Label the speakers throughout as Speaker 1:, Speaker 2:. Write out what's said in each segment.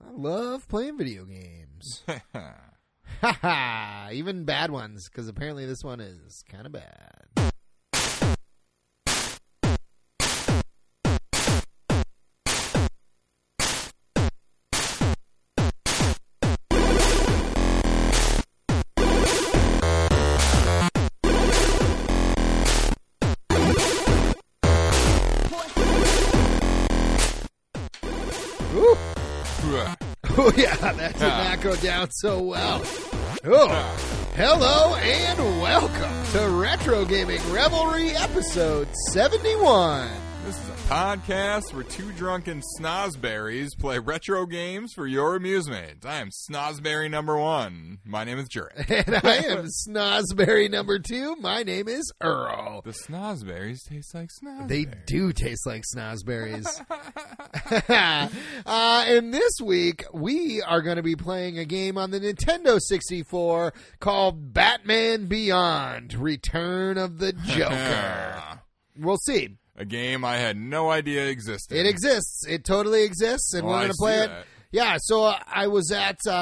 Speaker 1: love playing video games. Ha ha! Even bad ones, because apparently this one is kind of bad. Ooh. Oh yeah, that did not go down so well. Oh, hello and welcome to Retro Gaming Revelry episode seventy-one.
Speaker 2: This is a podcast where two drunken snozberries play retro games for your amusement. I am snozberry number one. My name is Jurek.
Speaker 1: And I am Snozberry number two. My name is Earl.
Speaker 2: The snozberries taste like snozberries.
Speaker 1: They do taste like snozberries. uh, and this week, we are going to be playing a game on the Nintendo 64 called Batman Beyond Return of the Joker. we'll see.
Speaker 2: a game I had no idea existed.
Speaker 1: It exists. It totally exists, and
Speaker 2: Oh,
Speaker 1: we're
Speaker 2: I
Speaker 1: going to play
Speaker 2: see
Speaker 1: it.
Speaker 2: that.
Speaker 1: Yeah, so uh, I was at uh,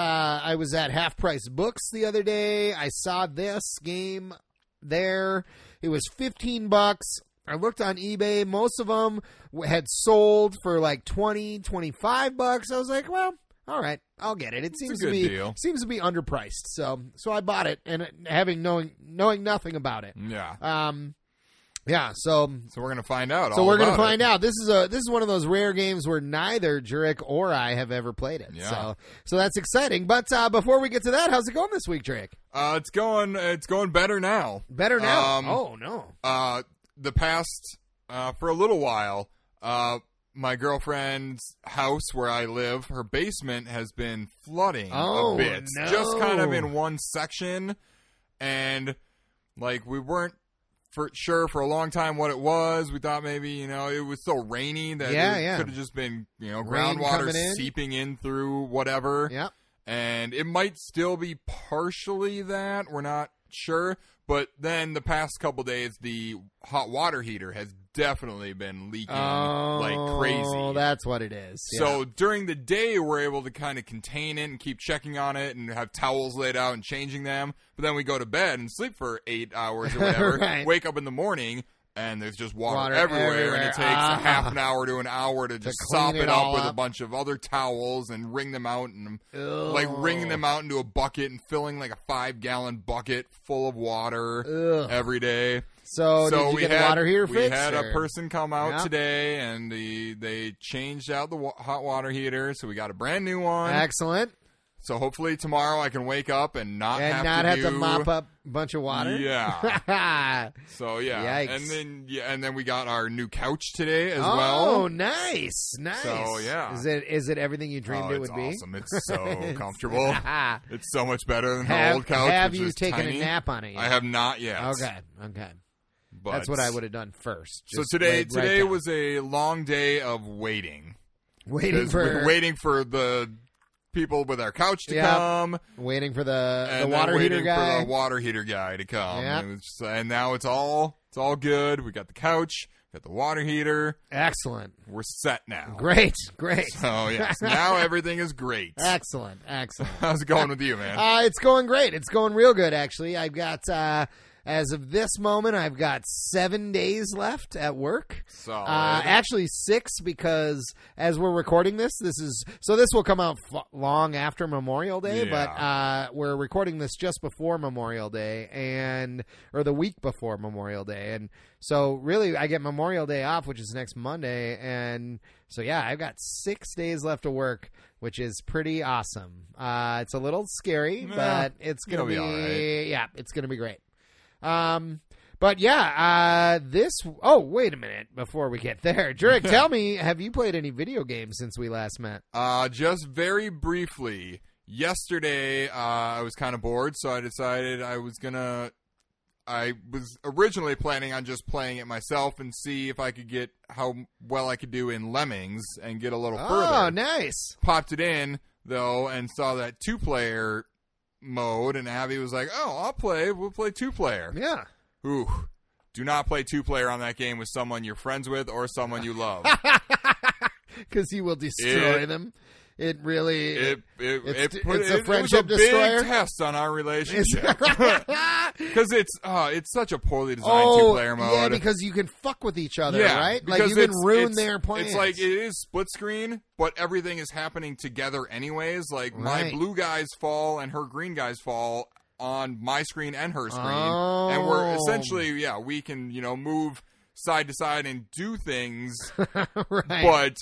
Speaker 1: I was at Half Price Books the other day. I saw this game there. It was fifteen bucks. I looked on eBay. Most of them had sold for like 20, 25 bucks. I was like, well, all right, I'll get it. It seems to
Speaker 2: good
Speaker 1: be
Speaker 2: deal.
Speaker 1: seems to be underpriced. So so I bought it, and uh, having knowing knowing nothing about it.
Speaker 2: Yeah.
Speaker 1: Um, yeah. So
Speaker 2: So we're gonna find out.
Speaker 1: so
Speaker 2: all
Speaker 1: we're gonna
Speaker 2: about
Speaker 1: find
Speaker 2: it.
Speaker 1: out. This is a this is one of those rare games where neither Jurek or I have ever played it.
Speaker 2: Yeah.
Speaker 1: So so that's exciting. But uh, before we get to that, how's it going this week, Jurek?
Speaker 2: Uh, it's going. It's going better now.
Speaker 1: Better now.
Speaker 2: Um,
Speaker 1: oh no.
Speaker 2: uh, the past uh, for a little while, uh, my girlfriend's house where I live, her basement has been flooding
Speaker 1: Oh,
Speaker 2: a bit,
Speaker 1: no.
Speaker 2: just kind of in one section, and like we weren't for sure for a long time what it was. We thought maybe you know it was so rainy that
Speaker 1: Yeah,
Speaker 2: it
Speaker 1: yeah.
Speaker 2: could have just been you know
Speaker 1: Rain
Speaker 2: groundwater
Speaker 1: coming in.
Speaker 2: seeping in through whatever
Speaker 1: Yeah.
Speaker 2: and it might still be partially that we're not sure but then the past couple days the hot water heater has definitely been leaking
Speaker 1: Oh,
Speaker 2: like crazy
Speaker 1: That's what it is.
Speaker 2: so during the day we're able to kind of contain it and keep checking on it and have towels laid out and changing them but then we go to bed and sleep for eight hours or whatever
Speaker 1: Right.
Speaker 2: wake up in the morning and there's just water,
Speaker 1: Water
Speaker 2: everywhere, and
Speaker 1: everywhere.
Speaker 2: it takes
Speaker 1: Ah.
Speaker 2: a half an hour to an hour to just
Speaker 1: clean
Speaker 2: sop
Speaker 1: it
Speaker 2: it up
Speaker 1: all
Speaker 2: with a
Speaker 1: up.
Speaker 2: bunch of other towels and wring them out and
Speaker 1: yeah.
Speaker 2: like wringing them out into a bucket and filling like a five gallon bucket full of water
Speaker 1: Ugh.
Speaker 2: every day.
Speaker 1: So,
Speaker 2: so
Speaker 1: Oh, did you
Speaker 2: we
Speaker 1: get
Speaker 2: had
Speaker 1: the water heater
Speaker 2: we
Speaker 1: fixed?
Speaker 2: had
Speaker 1: or-
Speaker 2: a person come out
Speaker 1: Yeah.
Speaker 2: today and the, they changed out the wa- hot water heater, so we got a brand new one.
Speaker 1: Excellent.
Speaker 2: so hopefully tomorrow I can wake up and not
Speaker 1: And
Speaker 2: have
Speaker 1: not
Speaker 2: to
Speaker 1: have
Speaker 2: do,
Speaker 1: to mop up a bunch of water.
Speaker 2: Yeah. So yeah,
Speaker 1: Yikes.
Speaker 2: and then yeah, and then we got our new couch today as
Speaker 1: oh,
Speaker 2: well.
Speaker 1: nice, nice.
Speaker 2: So, yeah.
Speaker 1: Is it is it everything you dreamed
Speaker 2: Oh,
Speaker 1: it
Speaker 2: it's
Speaker 1: would be?
Speaker 2: awesome. It's so comfortable. It's so much better than her
Speaker 1: have,
Speaker 2: old couch.
Speaker 1: have
Speaker 2: which
Speaker 1: you
Speaker 2: was
Speaker 1: taken
Speaker 2: tiny.
Speaker 1: a nap on it yet?
Speaker 2: I have not yet.
Speaker 1: Okay, okay.
Speaker 2: but
Speaker 1: That's what I would have done first.
Speaker 2: So
Speaker 1: Just
Speaker 2: today,
Speaker 1: laid right
Speaker 2: today
Speaker 1: down.
Speaker 2: was a long day of waiting.
Speaker 1: waiting
Speaker 2: 'Cause we
Speaker 1: for
Speaker 2: were waiting for the people with our couch to
Speaker 1: Yeah.
Speaker 2: come,
Speaker 1: waiting for the
Speaker 2: and
Speaker 1: the
Speaker 2: then
Speaker 1: water
Speaker 2: waiting
Speaker 1: heater guy.
Speaker 2: for the water heater guy to come.
Speaker 1: Yeah.
Speaker 2: It was just- and now it's all it's all good. We got the couch, got the water heater.
Speaker 1: Excellent,
Speaker 2: We're set now.
Speaker 1: great, great,
Speaker 2: So yes, now everything is great.
Speaker 1: excellent, excellent.
Speaker 2: How's it going with you, man?
Speaker 1: Ah. Uh, it's going great. It's going real good, actually. I've got uh, as of this moment, I've got seven days left at work.
Speaker 2: Solid.
Speaker 1: Uh, actually, six because as we're recording this, this is so this will come out f- long after Memorial Day,
Speaker 2: Yeah.
Speaker 1: but uh, we're recording this just before Memorial Day and or the week before Memorial Day, and so really I get Memorial Day off, which is next Monday, and so yeah, I've got six days left to work, which is pretty awesome. Uh, it's a little scary,
Speaker 2: Yeah,
Speaker 1: but it's gonna
Speaker 2: you'll be
Speaker 1: be
Speaker 2: all right.
Speaker 1: yeah, it's gonna be great. Um, but yeah, uh, this. Oh, wait a minute before we get there, Jurek, tell me, have you played any video games since we last met?
Speaker 2: Uh, just very briefly, yesterday uh, I was kind of bored, so I decided I was gonna. I was originally planning on just playing it myself and see if I could get how well I could do in Lemmings and get a little
Speaker 1: Oh,
Speaker 2: further.
Speaker 1: nice.
Speaker 2: Popped it in though and saw that two player mode, and Abby was like, "Oh, I'll play. We'll play two player."
Speaker 1: Yeah.
Speaker 2: Ooh, do not play two player on that game with someone you're friends with or someone you love.
Speaker 1: Because he will destroy them. It really
Speaker 2: It it
Speaker 1: It's-
Speaker 2: it, put,
Speaker 1: it's a
Speaker 2: it- it
Speaker 1: friendship
Speaker 2: was a
Speaker 1: destroyer?
Speaker 2: big test on our
Speaker 1: is-
Speaker 2: relationship because it's uh, it's such a poorly designed
Speaker 1: oh,
Speaker 2: two-player mode.
Speaker 1: yeah, because you can fuck with each other,
Speaker 2: Yeah,
Speaker 1: right? Like
Speaker 2: because
Speaker 1: you can
Speaker 2: it's-
Speaker 1: ruin
Speaker 2: it's-
Speaker 1: their plans.
Speaker 2: It's like it is split screen, but everything is happening together anyways. Like
Speaker 1: Right.
Speaker 2: my blue guys fall and her green guys fall on my screen and her screen, and
Speaker 1: Oh.
Speaker 2: we're essentially yeah we can you know move side to side and do things,
Speaker 1: right.
Speaker 2: but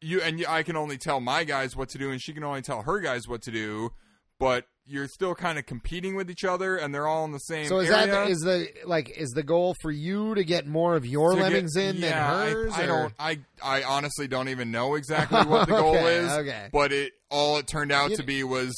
Speaker 2: you and you, I can only tell my guys what to do, and she can only tell her guys what to do, but. You're still kind of competing with each other, and they're all in the same.
Speaker 1: so is
Speaker 2: area.
Speaker 1: that is the like is the goal for you to get more of your
Speaker 2: to get-
Speaker 1: lemmings in
Speaker 2: yeah, I-
Speaker 1: than hers?
Speaker 2: I,
Speaker 1: or-
Speaker 2: don't. I I honestly don't even know exactly what the goal
Speaker 1: Okay,
Speaker 2: is.
Speaker 1: okay.
Speaker 2: But it all it turned out
Speaker 1: You-
Speaker 2: to be was.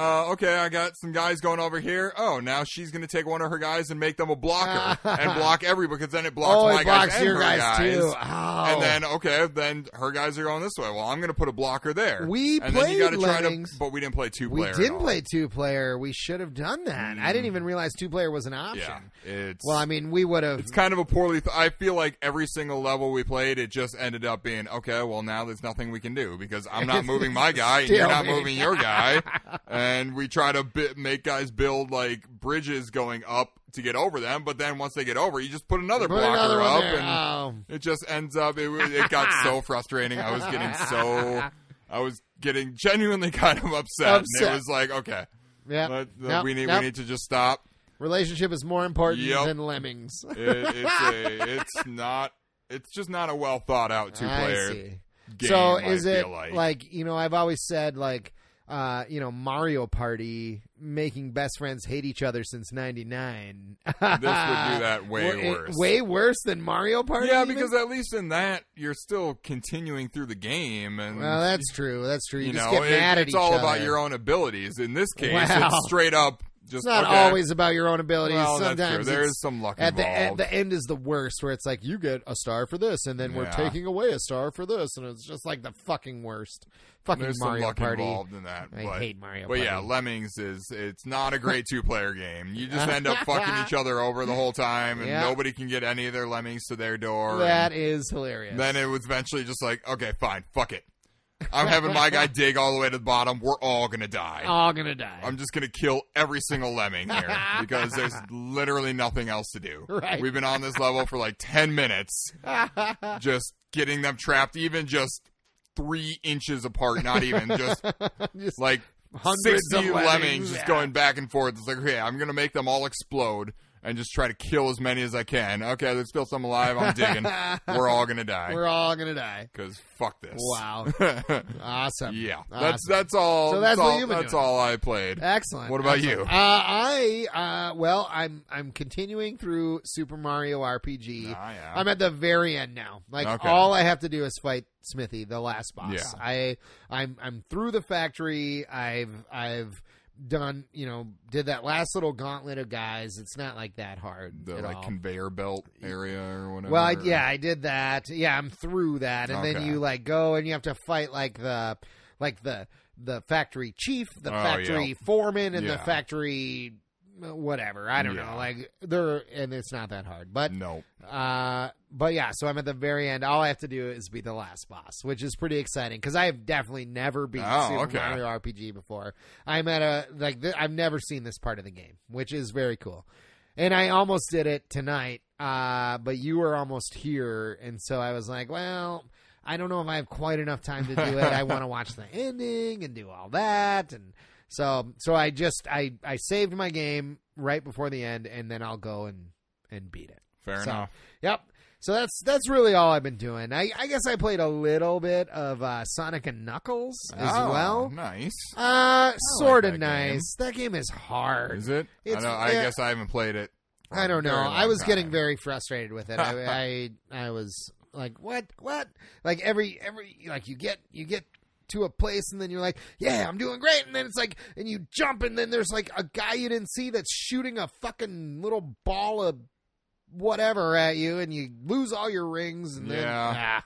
Speaker 2: Uh, okay, I got some guys going over here. Oh, now she's going to take one of her guys and make them a blocker and block every because then it blocks
Speaker 1: Oh,
Speaker 2: my
Speaker 1: it blocks
Speaker 2: guys and
Speaker 1: your
Speaker 2: her
Speaker 1: guys, too. Oh. Ow.
Speaker 2: And then okay, then her guys are going this way. Well, I'm going to put a blocker there.
Speaker 1: We
Speaker 2: and then you gotta
Speaker 1: played
Speaker 2: try
Speaker 1: Lemmings.
Speaker 2: to, but we didn't play two
Speaker 1: we
Speaker 2: player. at
Speaker 1: didn't
Speaker 2: all. Mm.
Speaker 1: play two player. We should have done that. I didn't even realize two player was an option.
Speaker 2: Yeah, it's
Speaker 1: Well, I mean, we would have.
Speaker 2: It's kind of a poorly. Th- I feel like every single level we played, it just ended up being okay. Well, now there's nothing we can do because I'm not moving my guy, and you're
Speaker 1: Still
Speaker 2: not
Speaker 1: me.
Speaker 2: moving your guy, and we try to bi- make guys build like bridges going up to get over them. But then once they get over, you just put another
Speaker 1: Put
Speaker 2: blocker
Speaker 1: another one
Speaker 2: up,
Speaker 1: there.
Speaker 2: and
Speaker 1: Oh.
Speaker 2: it just ends up. It, wa- it got so frustrating. I was getting so. I was getting genuinely kind of upset. And
Speaker 1: Upset.
Speaker 2: it was like, okay,
Speaker 1: Yep.
Speaker 2: let- let-
Speaker 1: Nope,
Speaker 2: we need
Speaker 1: nope.
Speaker 2: we need to just stop.
Speaker 1: Relationship is more important
Speaker 2: Yep.
Speaker 1: than lemmings.
Speaker 2: it, it's a, it's not it's just not a well thought out two
Speaker 1: I
Speaker 2: player
Speaker 1: see.
Speaker 2: game.
Speaker 1: so
Speaker 2: I
Speaker 1: is
Speaker 2: feel
Speaker 1: it
Speaker 2: like.
Speaker 1: you know I've always said like uh you know Mario Party making best friends hate each other since '99. this would do
Speaker 2: that way worse.
Speaker 1: Way worse than Mario Party.
Speaker 2: yeah,
Speaker 1: even?
Speaker 2: because at least in that you're still continuing through the game, and
Speaker 1: well, that's true. That's true. You,
Speaker 2: you
Speaker 1: just
Speaker 2: know
Speaker 1: get
Speaker 2: it-
Speaker 1: mad at
Speaker 2: it's
Speaker 1: each
Speaker 2: all
Speaker 1: other.
Speaker 2: about your own abilities. In this case,
Speaker 1: Wow.
Speaker 2: it's straight up just
Speaker 1: It's not
Speaker 2: okay,
Speaker 1: always about your own abilities.
Speaker 2: Well, that's true.
Speaker 1: Sometimes
Speaker 2: there
Speaker 1: it's-
Speaker 2: is some luck
Speaker 1: at the at
Speaker 2: involved.
Speaker 1: the end is the worst, where it's like you get a star for this, and then we're
Speaker 2: Yeah.
Speaker 1: taking away a star for this, and it's just like the fucking worst. Fucking
Speaker 2: There's
Speaker 1: Mario
Speaker 2: some luck
Speaker 1: Party.
Speaker 2: involved in that.
Speaker 1: I
Speaker 2: but,
Speaker 1: hate Mario
Speaker 2: But yeah,
Speaker 1: Party.
Speaker 2: Lemmings is it's not a great two player game. You just end up fucking each other over the whole time, and
Speaker 1: Yeah.
Speaker 2: nobody can get any of their lemmings to their door. and-
Speaker 1: That is hilarious.
Speaker 2: Then it was eventually just like, okay, fine, fuck it. I'm having my guy dig all the way to the bottom. We're all gonna die.
Speaker 1: all gonna die.
Speaker 2: I'm just gonna kill every single lemming here because there's literally nothing else to do.
Speaker 1: Right.
Speaker 2: We've been on this level for like ten minutes, just getting them trapped, even just three inches apart. Not even just
Speaker 1: Just
Speaker 2: like
Speaker 1: hundreds of
Speaker 2: sixty
Speaker 1: lemmings,
Speaker 2: lemmings
Speaker 1: yeah.
Speaker 2: just going back and forth. It's like, okay, I'm gonna make them all explode and just try to kill as many as I can. Okay, there's still some alive. I'm digging. We're all gonna die.
Speaker 1: we're all gonna die.
Speaker 2: Because fuck this.
Speaker 1: Wow, awesome.
Speaker 2: yeah.
Speaker 1: Awesome.
Speaker 2: That's that's all.
Speaker 1: So that's what
Speaker 2: all,
Speaker 1: you've been
Speaker 2: that's
Speaker 1: doing.
Speaker 2: all I played.
Speaker 1: Excellent.
Speaker 2: What about
Speaker 1: Excellent.
Speaker 2: you?
Speaker 1: Uh, I uh, well, I'm I'm continuing through Super Mario RPG.
Speaker 2: Ah, yeah.
Speaker 1: I'm at the very end now. Like
Speaker 2: Okay.
Speaker 1: all I have to do is fight Smithy, the last boss.
Speaker 2: Yeah.
Speaker 1: I I'm I'm through the factory. I've I've done you know did that last little gauntlet of guys. It's not like that hard.
Speaker 2: The
Speaker 1: at
Speaker 2: like
Speaker 1: all.
Speaker 2: conveyor belt area or whatever.
Speaker 1: Well, I, yeah, I did that. Yeah, I'm through that, and then
Speaker 2: Okay.
Speaker 1: you like go and you have to fight like the like the the factory chief, the
Speaker 2: Oh, yeah.
Speaker 1: factory foreman, and the
Speaker 2: Yeah.
Speaker 1: factory uh, whatever. I don't
Speaker 2: Yeah.
Speaker 1: know. Like they're and it's not that hard, but
Speaker 2: No.
Speaker 1: uh, but yeah. So I'm at the very end. All I have to do is be the last boss, which is pretty exciting because I have definitely never beat
Speaker 2: Oh,
Speaker 1: Super
Speaker 2: okay.
Speaker 1: Mario RPG before. I'm at a like th- I've never seen this part of the game, which is very cool and I almost did it tonight, uh, but you were almost here, and so I was like, well, I don't know if I have quite enough time to do it. I want to watch the ending and do all that, and so so I just I I saved my game right before the end, and then I'll go and and beat it.
Speaker 2: Fair
Speaker 1: so
Speaker 2: enough.
Speaker 1: yep. So that's that's really all I've been doing. I, I guess I played a little bit of uh, Sonic and Knuckles as
Speaker 2: Oh,
Speaker 1: well.
Speaker 2: Nice.
Speaker 1: Uh, sort of
Speaker 2: that game.
Speaker 1: nice. That game is hard.
Speaker 2: Is it? I,
Speaker 1: It's-
Speaker 2: don't, I
Speaker 1: yeah.
Speaker 2: guess I haven't played it. for
Speaker 1: I don't
Speaker 2: a
Speaker 1: know.
Speaker 2: very long
Speaker 1: I was getting
Speaker 2: time.
Speaker 1: very frustrated with it. I, I I was like, what, what? Like every every like you get you get to a place and then you're like, yeah, I'm doing great, and then it's like, and you jump and then there's like a guy you didn't see that's shooting a fucking little ball of whatever at you, and you lose all your rings, and then
Speaker 2: Yeah.
Speaker 1: ah.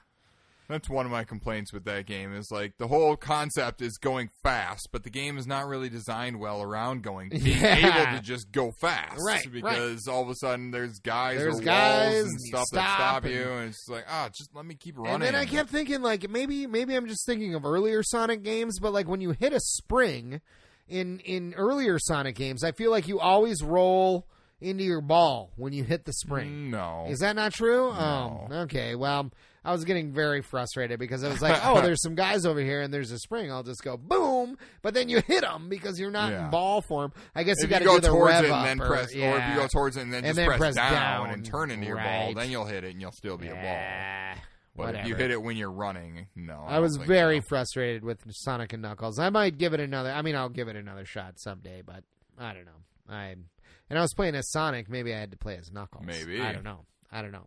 Speaker 2: That's one of my complaints with that game is like the whole concept is going fast, but the game is not really designed well around going being
Speaker 1: Yeah.
Speaker 2: able to just go fast,
Speaker 1: Right, right.
Speaker 2: Because all of a sudden there's guys
Speaker 1: There's
Speaker 2: or
Speaker 1: guys,
Speaker 2: walls and
Speaker 1: you
Speaker 2: stuff that
Speaker 1: stop
Speaker 2: stop
Speaker 1: and-
Speaker 2: you, and it's just like ah, just let me keep running.
Speaker 1: And then I kept thinking, like maybe maybe I'm just thinking of earlier Sonic games, but like when you hit a spring in in earlier Sonic games, I feel like you always roll into your ball when you hit the spring.
Speaker 2: no,
Speaker 1: Is that not true?
Speaker 2: Mm. No.
Speaker 1: Oh, okay. Well, I was getting very frustrated because I was like, "Oh, there's some guys over here, and there's a spring. I'll just go boom." But then you hit them because you're not
Speaker 2: Yeah.
Speaker 1: in ball form. I guess you
Speaker 2: if you
Speaker 1: got to
Speaker 2: go
Speaker 1: do the
Speaker 2: towards
Speaker 1: rev
Speaker 2: it
Speaker 1: up
Speaker 2: and then
Speaker 1: or,
Speaker 2: press, or if
Speaker 1: yeah.
Speaker 2: you go towards it and then
Speaker 1: And
Speaker 2: just
Speaker 1: then
Speaker 2: press,
Speaker 1: press
Speaker 2: down,
Speaker 1: down.
Speaker 2: and turn into your ball,
Speaker 1: Right.
Speaker 2: then you'll hit it and you'll still be a ball.
Speaker 1: Yeah.
Speaker 2: But
Speaker 1: Whatever.
Speaker 2: if you hit it when you're running, no,
Speaker 1: I
Speaker 2: don't
Speaker 1: was
Speaker 2: think
Speaker 1: very
Speaker 2: so.
Speaker 1: frustrated with Sonic and Knuckles. I might give it another. I mean, I'll give it another shot someday, but I don't know. I and I was playing as Sonic. Maybe I had to play as Knuckles.
Speaker 2: Maybe.
Speaker 1: I don't know. I don't know.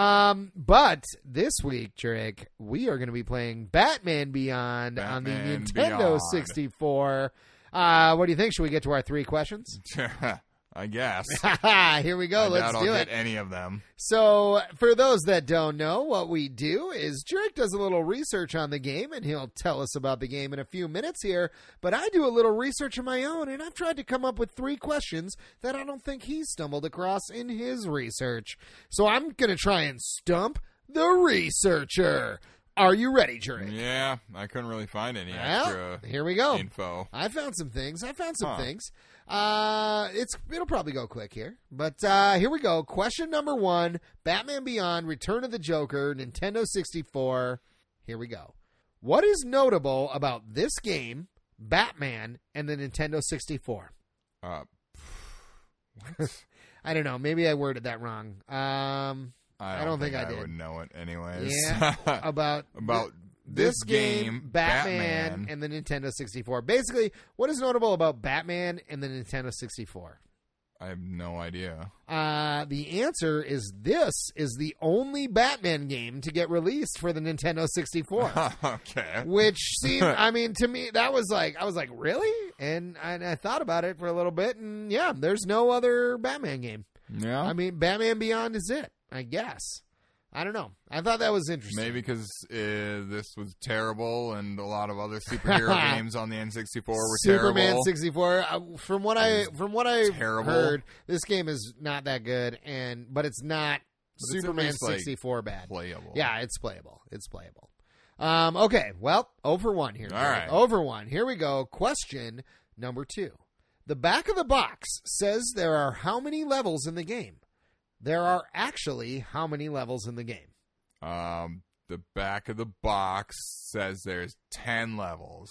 Speaker 1: Um, but this week, Drake, we are going to be playing Batman Beyond on the
Speaker 2: Batman
Speaker 1: Nintendo
Speaker 2: Beyond.
Speaker 1: 64. Uh, what do you think? Should we get to our three questions?
Speaker 2: I guess.
Speaker 1: Here we go.
Speaker 2: I
Speaker 1: Oh, Let's
Speaker 2: doubt
Speaker 1: do
Speaker 2: I'll
Speaker 1: it.
Speaker 2: get any of them.
Speaker 1: So, for those that don't know, what we do is Drake does a little research on the game and he'll tell us about the game in a few minutes here. But I do a little research of my own and I've tried to come up with three questions that I don't think he stumbled across in his research. So, I'm going to try and stump the researcher. Are you ready, Drake?
Speaker 2: Yeah, I couldn't really find any
Speaker 1: Well,
Speaker 2: extra
Speaker 1: here we go.
Speaker 2: info.
Speaker 1: I found some things. I found some
Speaker 2: Huh.
Speaker 1: things. Uh, it's it'll probably go quick here, but uh, here we go. Question number one: Batman Beyond, Return of the Joker, Nintendo sixty four. Here we go. What is notable about this game, Batman, and the Nintendo sixty four?
Speaker 2: Uh, what?
Speaker 1: I don't know. Maybe I worded that wrong. Um,
Speaker 2: I don't,
Speaker 1: don't think I did.
Speaker 2: would know it anyways.
Speaker 1: Yeah. about
Speaker 2: About
Speaker 1: this game, Batman,
Speaker 2: Batman.
Speaker 1: and the Nintendo sixty four. Basically, what is notable about Batman and the Nintendo sixty four?
Speaker 2: I have no idea.
Speaker 1: Uh, the answer is this is the only Batman game to get released for the Nintendo 64.
Speaker 2: okay.
Speaker 1: which seemed, I mean, to me, that was like, I was like, really? And I, and I thought about it for a little bit, and yeah, there's no other Batman game.
Speaker 2: Yeah.
Speaker 1: I mean, Batman Beyond is it, I guess. I don't know. I thought that was interesting.
Speaker 2: Maybe because uh, this was terrible, and a lot of other superhero games on the N64 were
Speaker 1: Superman
Speaker 2: terrible.
Speaker 1: 64. Uh, from what I from what I
Speaker 2: Terrible.
Speaker 1: heard, this game is not that good, and but it's not
Speaker 2: But it's at
Speaker 1: Superman
Speaker 2: least, like,
Speaker 1: 64 bad.
Speaker 2: Playable.
Speaker 1: Yeah, it's playable. It's playable. Um, okay, well, over one here.
Speaker 2: All
Speaker 1: Greg.
Speaker 2: right.
Speaker 1: Over one. Here we go. Question number two. The back of the box says there are how many levels in the game? There are actually how many levels in the game?
Speaker 2: Um, the back of the box says there's ten levels.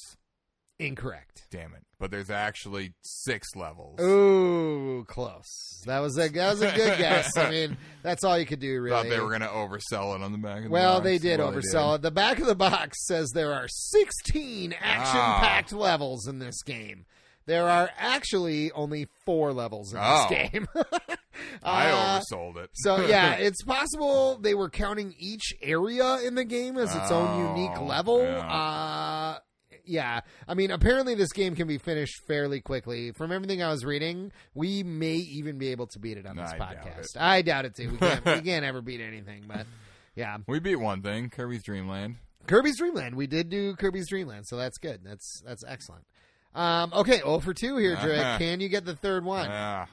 Speaker 1: Incorrect.
Speaker 2: Damn it! But there's actually six levels.
Speaker 1: Ooh, close. That was a that was a good guess. I mean, that's all you could do, really.
Speaker 2: Thought they were gonna oversell it on the back. Of the
Speaker 1: Well,
Speaker 2: box.
Speaker 1: they did
Speaker 2: Well,
Speaker 1: oversell it. The back of the box says there are 16 action packed levels in this game. There are actually only four levels in
Speaker 2: Oh.
Speaker 1: this game.
Speaker 2: I
Speaker 1: Uh,
Speaker 2: oversold it.
Speaker 1: so, yeah, it's possible they were counting each area in the game as its own unique
Speaker 2: Oh,
Speaker 1: level.
Speaker 2: yeah.
Speaker 1: Uh, yeah, I mean, apparently this game can be finished fairly quickly. From everything I was reading, we may even be able to beat it on this
Speaker 2: I doubt
Speaker 1: podcast. I doubt it too. We can't, we can't ever beat anything, but yeah.
Speaker 2: we beat one thing, Kirby's Dream Land.
Speaker 1: Kirby's Dream Land. We did do Kirby's Dream Land, so that's good. That's that's excellent. Um, okay, 0 for two here, Drake.
Speaker 2: Uh-huh.
Speaker 1: Can you get the third one?
Speaker 2: Ah,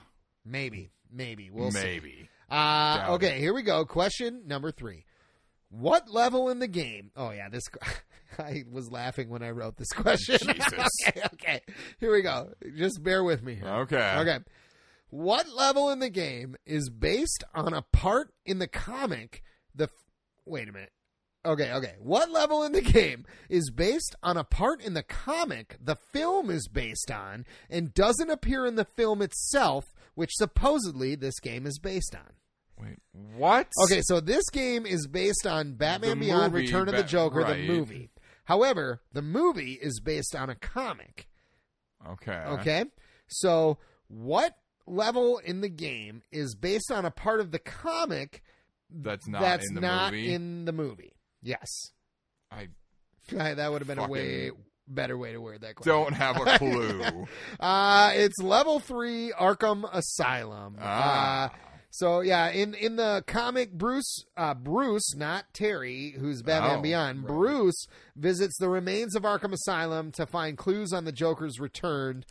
Speaker 1: maybe, maybe we'll see.
Speaker 2: maybe.
Speaker 1: Uh,
Speaker 2: Doubt
Speaker 1: okay, here we go. Question number three. What level in the game? Oh yeah, this. I was laughing when I wrote this question.
Speaker 2: Jesus.
Speaker 1: okay, okay, here we go. Just bear with me here.
Speaker 2: Okay.
Speaker 1: Okay. What level in the game is based on a part in the comic? The f- wait a minute. Okay, okay. What level in the game is based on a part in the comic the film is based on and doesn't appear in the film itself, which supposedly this game is based on?
Speaker 2: Wait, what?
Speaker 1: Okay, so this game is based on Batman
Speaker 2: The
Speaker 1: Beyond
Speaker 2: movie,
Speaker 1: Return of the
Speaker 2: Bat-
Speaker 1: Joker, the
Speaker 2: right.
Speaker 1: movie. However, the movie is based on a comic.
Speaker 2: Okay.
Speaker 1: Okay. So, what level in the game is based on a part of the comic
Speaker 2: That's not
Speaker 1: that's
Speaker 2: in the
Speaker 1: not
Speaker 2: movie.
Speaker 1: in the movie? Yes.
Speaker 2: I
Speaker 1: Right, that would have been
Speaker 2: Fucking-
Speaker 1: a way better way to word that question.
Speaker 2: don't have a clue.
Speaker 1: Uh, it's level three Arkham Asylum.
Speaker 2: Ah.
Speaker 1: Uh, So yeah, in in the comic, Bruce uh, Bruce, not Terry, who's Batman
Speaker 2: Oh,
Speaker 1: Beyond,
Speaker 2: right.
Speaker 1: Bruce visits the remains of Arkham Asylum to find clues on the Joker's return.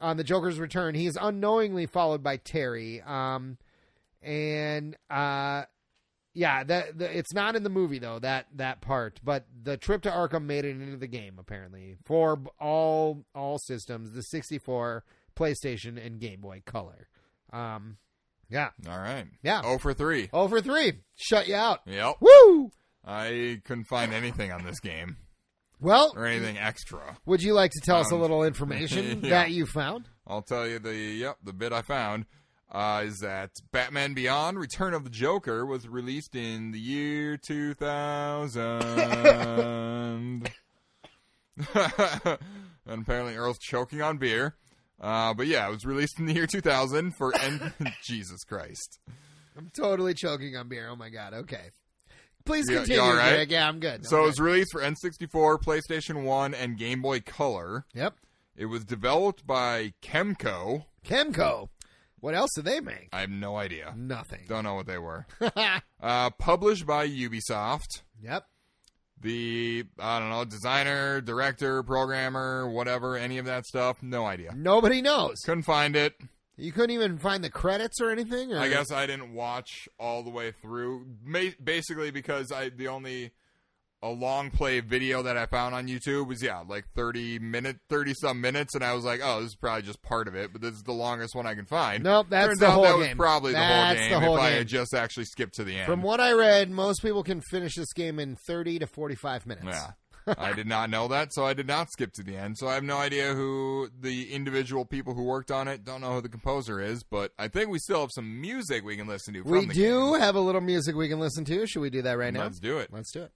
Speaker 1: On the Joker's return, he is unknowingly followed by Terry. Um, and uh, yeah, that the, it's not in the movie though that that part. But the trip to Arkham made it into the game apparently for b- all all systems, the 64, PlayStation, and Game Boy Color. Um, yeah.
Speaker 2: All right.
Speaker 1: Yeah.
Speaker 2: Oh for three.
Speaker 1: Oh for three. Shut you out.
Speaker 2: Yep.
Speaker 1: Woo!
Speaker 2: I couldn't find anything on this game
Speaker 1: Well,
Speaker 2: or anything extra.
Speaker 1: would you like to tell us a
Speaker 2: Um,
Speaker 1: little information
Speaker 2: yeah.
Speaker 1: that you found?
Speaker 2: I'll tell you the yep the bit I found uh, is that Batman Beyond: Return of the Joker was released in the year 2000. and apparently Earl's choking on beer. Uh, but yeah, it was released in the year 2000 for N- Jesus Christ.
Speaker 1: I'm totally choking on beer. Oh my god. Okay. Please
Speaker 2: You- you
Speaker 1: continue.
Speaker 2: all right?
Speaker 1: Greg. Yeah, I'm good.
Speaker 2: So
Speaker 1: I'm
Speaker 2: it
Speaker 1: good.
Speaker 2: was released for N64, PlayStation 1, and Game Boy Color.
Speaker 1: yep.
Speaker 2: It was developed by Chemco.
Speaker 1: Chemco. What else do they make?
Speaker 2: I have no idea.
Speaker 1: Nothing.
Speaker 2: Don't know what they were. Uh, published by Ubisoft.
Speaker 1: yep.
Speaker 2: The I don't know designer, director, programmer, whatever, any of that stuff. No idea.
Speaker 1: Nobody knows.
Speaker 2: Couldn't find it.
Speaker 1: You couldn't even find the credits or anything. Or?
Speaker 2: I guess I didn't watch all the way through, ma- basically because I the only a long play video that I found on YouTube was yeah like thirty minute, thirty some minutes, and I was like, oh, this is probably just part of it, but this is the longest one I can find.
Speaker 1: Nope, that's
Speaker 2: Turns
Speaker 1: the
Speaker 2: out
Speaker 1: whole
Speaker 2: that was
Speaker 1: game.
Speaker 2: probably the whole
Speaker 1: That's
Speaker 2: game
Speaker 1: the whole
Speaker 2: if I
Speaker 1: game.
Speaker 2: had just actually skipped to the end.
Speaker 1: From what I read, most people can finish this game in 30 to 45 minutes.
Speaker 2: Yeah. I did not know that, so I did not skip to the end. So I have no idea who the individual people who worked on it. Don't know who the composer is, but I think we still have some music we can listen to. From
Speaker 1: We
Speaker 2: the
Speaker 1: do
Speaker 2: game.
Speaker 1: have a little music we can listen to. Should we do that right now?
Speaker 2: Let's do it.
Speaker 1: Let's do it.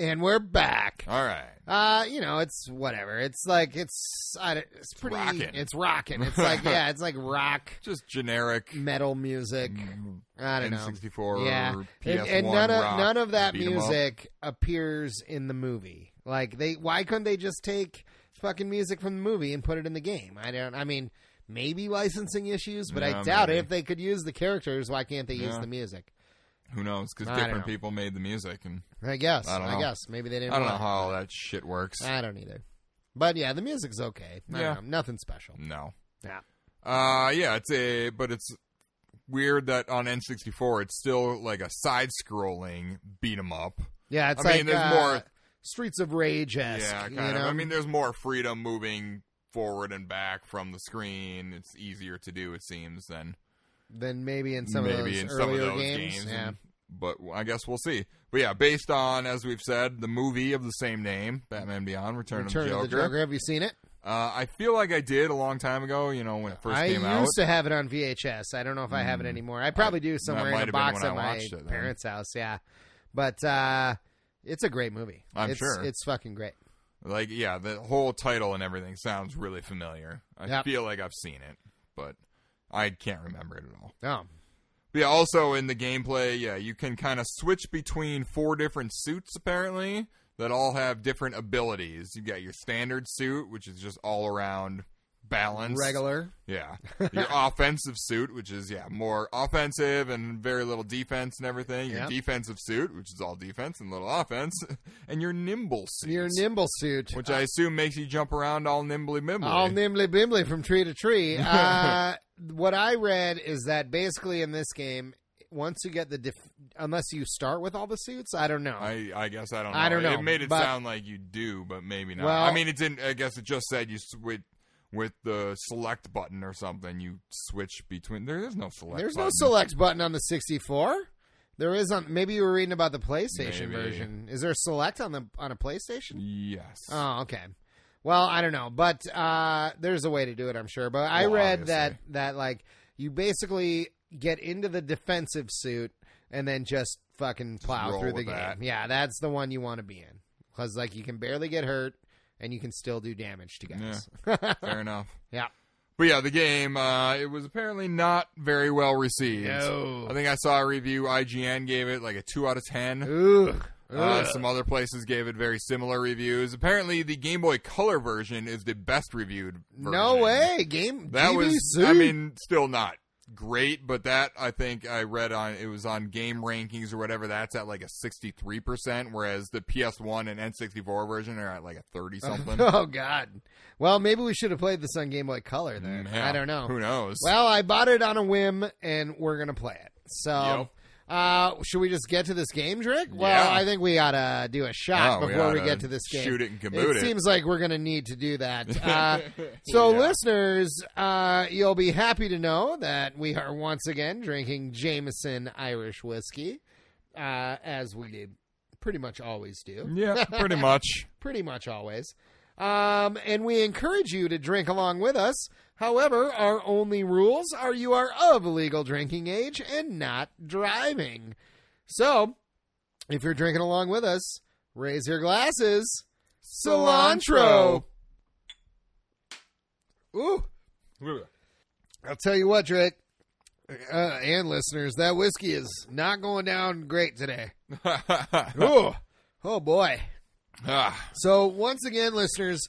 Speaker 1: And we're back.
Speaker 2: All right.
Speaker 1: Uh, you know, it's whatever. It's like it's I, don't- it's pretty.
Speaker 2: Rockin'.
Speaker 1: It's rocking. It's like yeah, it's like rock
Speaker 2: Just generic.
Speaker 1: metal music.
Speaker 2: Mm.
Speaker 1: I don't know.
Speaker 2: N64
Speaker 1: yeah,
Speaker 2: or
Speaker 1: and,
Speaker 2: PS1
Speaker 1: and none of
Speaker 2: rock,
Speaker 1: none of that
Speaker 2: beat 'em up.
Speaker 1: music appears in the movie. Like they, why couldn't they just take fucking music from the movie and put it in the game? I don't. I mean, maybe licensing issues, but I
Speaker 2: Yeah,
Speaker 1: doubt it.
Speaker 2: maybe.
Speaker 1: If they could use the characters, why can't they use
Speaker 2: Yeah.
Speaker 1: the music?
Speaker 2: Who knows? Because
Speaker 1: I don't
Speaker 2: different
Speaker 1: know.
Speaker 2: people made the music, and
Speaker 1: I guess.
Speaker 2: I
Speaker 1: I,
Speaker 2: don't know.
Speaker 1: guess maybe they didn't.
Speaker 2: I don't know
Speaker 1: want
Speaker 2: how all that shit works.
Speaker 1: it. I don't either. But yeah, the music's okay. I don't
Speaker 2: Yeah. Mm.
Speaker 1: know, nothing special.
Speaker 2: No.
Speaker 1: Yeah.
Speaker 2: Uh, yeah, it's a, but it's weird that on N64 it's still like a side-scrolling beat 'em up.
Speaker 1: Yeah, it's
Speaker 2: I
Speaker 1: like
Speaker 2: mean, there's
Speaker 1: uh,
Speaker 2: more-
Speaker 1: Streets of Rage esque.
Speaker 2: Yeah, kind
Speaker 1: you
Speaker 2: of.
Speaker 1: know?
Speaker 2: I mean, there's more freedom moving forward and back from the screen. It's easier to do, it seems, than
Speaker 1: than maybe in some of
Speaker 2: maybe
Speaker 1: those
Speaker 2: in some of
Speaker 1: earlier
Speaker 2: those
Speaker 1: games.
Speaker 2: games.
Speaker 1: Yeah.
Speaker 2: And- but I guess we'll see. But yeah, based on as we've said, the movie of the same name, Batman Beyond: Return,
Speaker 1: Return
Speaker 2: of the Joker.
Speaker 1: Have you seen it?
Speaker 2: Uh, I feel like I did a long time ago. You know, when it first
Speaker 1: I
Speaker 2: came
Speaker 1: used
Speaker 2: out. Mm.
Speaker 1: to have it on VHS. I don't know if I have it anymore. I probably do somewhere
Speaker 2: might
Speaker 1: in a
Speaker 2: have been
Speaker 1: box
Speaker 2: when
Speaker 1: at
Speaker 2: I
Speaker 1: my
Speaker 2: watched it then.
Speaker 1: parents' house. Yeah, but uh, it's a great movie.
Speaker 2: I'm
Speaker 1: it's,
Speaker 2: sure.
Speaker 1: it's fucking great.
Speaker 2: Like, yeah, the whole title and everything sounds really familiar. I
Speaker 1: Yep.
Speaker 2: feel like I've seen it, but I can't remember it at all.
Speaker 1: Oh,
Speaker 2: But yeah, also in the gameplay, yeah, you can kind of switch between four different suits apparently that all have different abilities. You got your standard suit, which is just all around balance.
Speaker 1: regular.
Speaker 2: Yeah. Your offensive suit, which is yeah, more offensive and very little defense and everything. Your
Speaker 1: Yep.
Speaker 2: defensive suit, which is all defense and little offense, and your nimble suit.
Speaker 1: Your nimble suit,
Speaker 2: which I assume makes you jump around all nimbly bimbly.
Speaker 1: all nimbly bimbly from tree to tree. Uh, what I read is that basically in this game, once you get the def- unless you start with all the suits. I don't know.
Speaker 2: I, I guess I don't know.
Speaker 1: I don't know,
Speaker 2: It made it
Speaker 1: but-
Speaker 2: sound like you do, but maybe not.
Speaker 1: Well-
Speaker 2: I mean, it didn't. I guess it just said you switch with the select button or something. You switch between. There is no select.
Speaker 1: There's no
Speaker 2: button.
Speaker 1: select button on the 64. There is on. Maybe you were reading about the PlayStation
Speaker 2: Maybe.
Speaker 1: version. Is there a select on the on a PlayStation?
Speaker 2: Yes.
Speaker 1: Oh, okay. Well, I don't know, but uh, there's a way to do it, I'm sure. But I
Speaker 2: Well,
Speaker 1: read
Speaker 2: obviously.
Speaker 1: that that like you basically get into the defensive suit and then just fucking plow
Speaker 2: roll
Speaker 1: through the
Speaker 2: with
Speaker 1: game.
Speaker 2: that.
Speaker 1: Yeah, that's the one you want to be in because like you can barely get hurt and you can still do damage to guys.
Speaker 2: Fair enough.
Speaker 1: Yeah.
Speaker 2: But yeah, the game. Uh, it was apparently not very well received. I
Speaker 1: no.
Speaker 2: think I saw a review. IGN gave it like a two out of ten.
Speaker 1: Ugh.
Speaker 2: Uh,
Speaker 1: Ugh.
Speaker 2: some other places gave it very similar reviews. Apparently, the Game Boy Color version is the best reviewed. Version.
Speaker 1: no way. Game
Speaker 2: That was,
Speaker 1: GBC?
Speaker 2: I mean, still not great, but that I think I read on it was on game rankings or whatever. That's at like a sixty-three percent, whereas the PS1 and N64 version are at like a thirty something.
Speaker 1: Oh God! Well, maybe we should have played this on Game Boy Color then.
Speaker 2: Mm,
Speaker 1: I don't know.
Speaker 2: Who knows?
Speaker 1: Well, I bought it on a whim, and we're gonna play it. So, uh, should we just get to this game, Drake? Well,
Speaker 2: Yeah.
Speaker 1: I think we gotta do a shot
Speaker 2: Oh, we
Speaker 1: before we
Speaker 2: oughta
Speaker 1: get to this game.
Speaker 2: shoot it and kaboot it.
Speaker 1: seems like we're gonna need to do that. Uh, so,
Speaker 2: Yeah.
Speaker 1: listeners, uh, you'll be happy to know that we are once again drinking Jameson Irish whiskey, uh, as we pretty much always do
Speaker 2: yeah, pretty much.
Speaker 1: pretty much always. Um, and we encourage you to drink along with us. However, our only rules are you are of legal drinking age and not driving. So, if you're drinking along with us, raise your glasses. Cilantro. Ooh, I'll tell you what, Drake, uh, and listeners, that whiskey is not going down great today. Ooh, oh boy.
Speaker 2: Ah,
Speaker 1: So once again, listeners,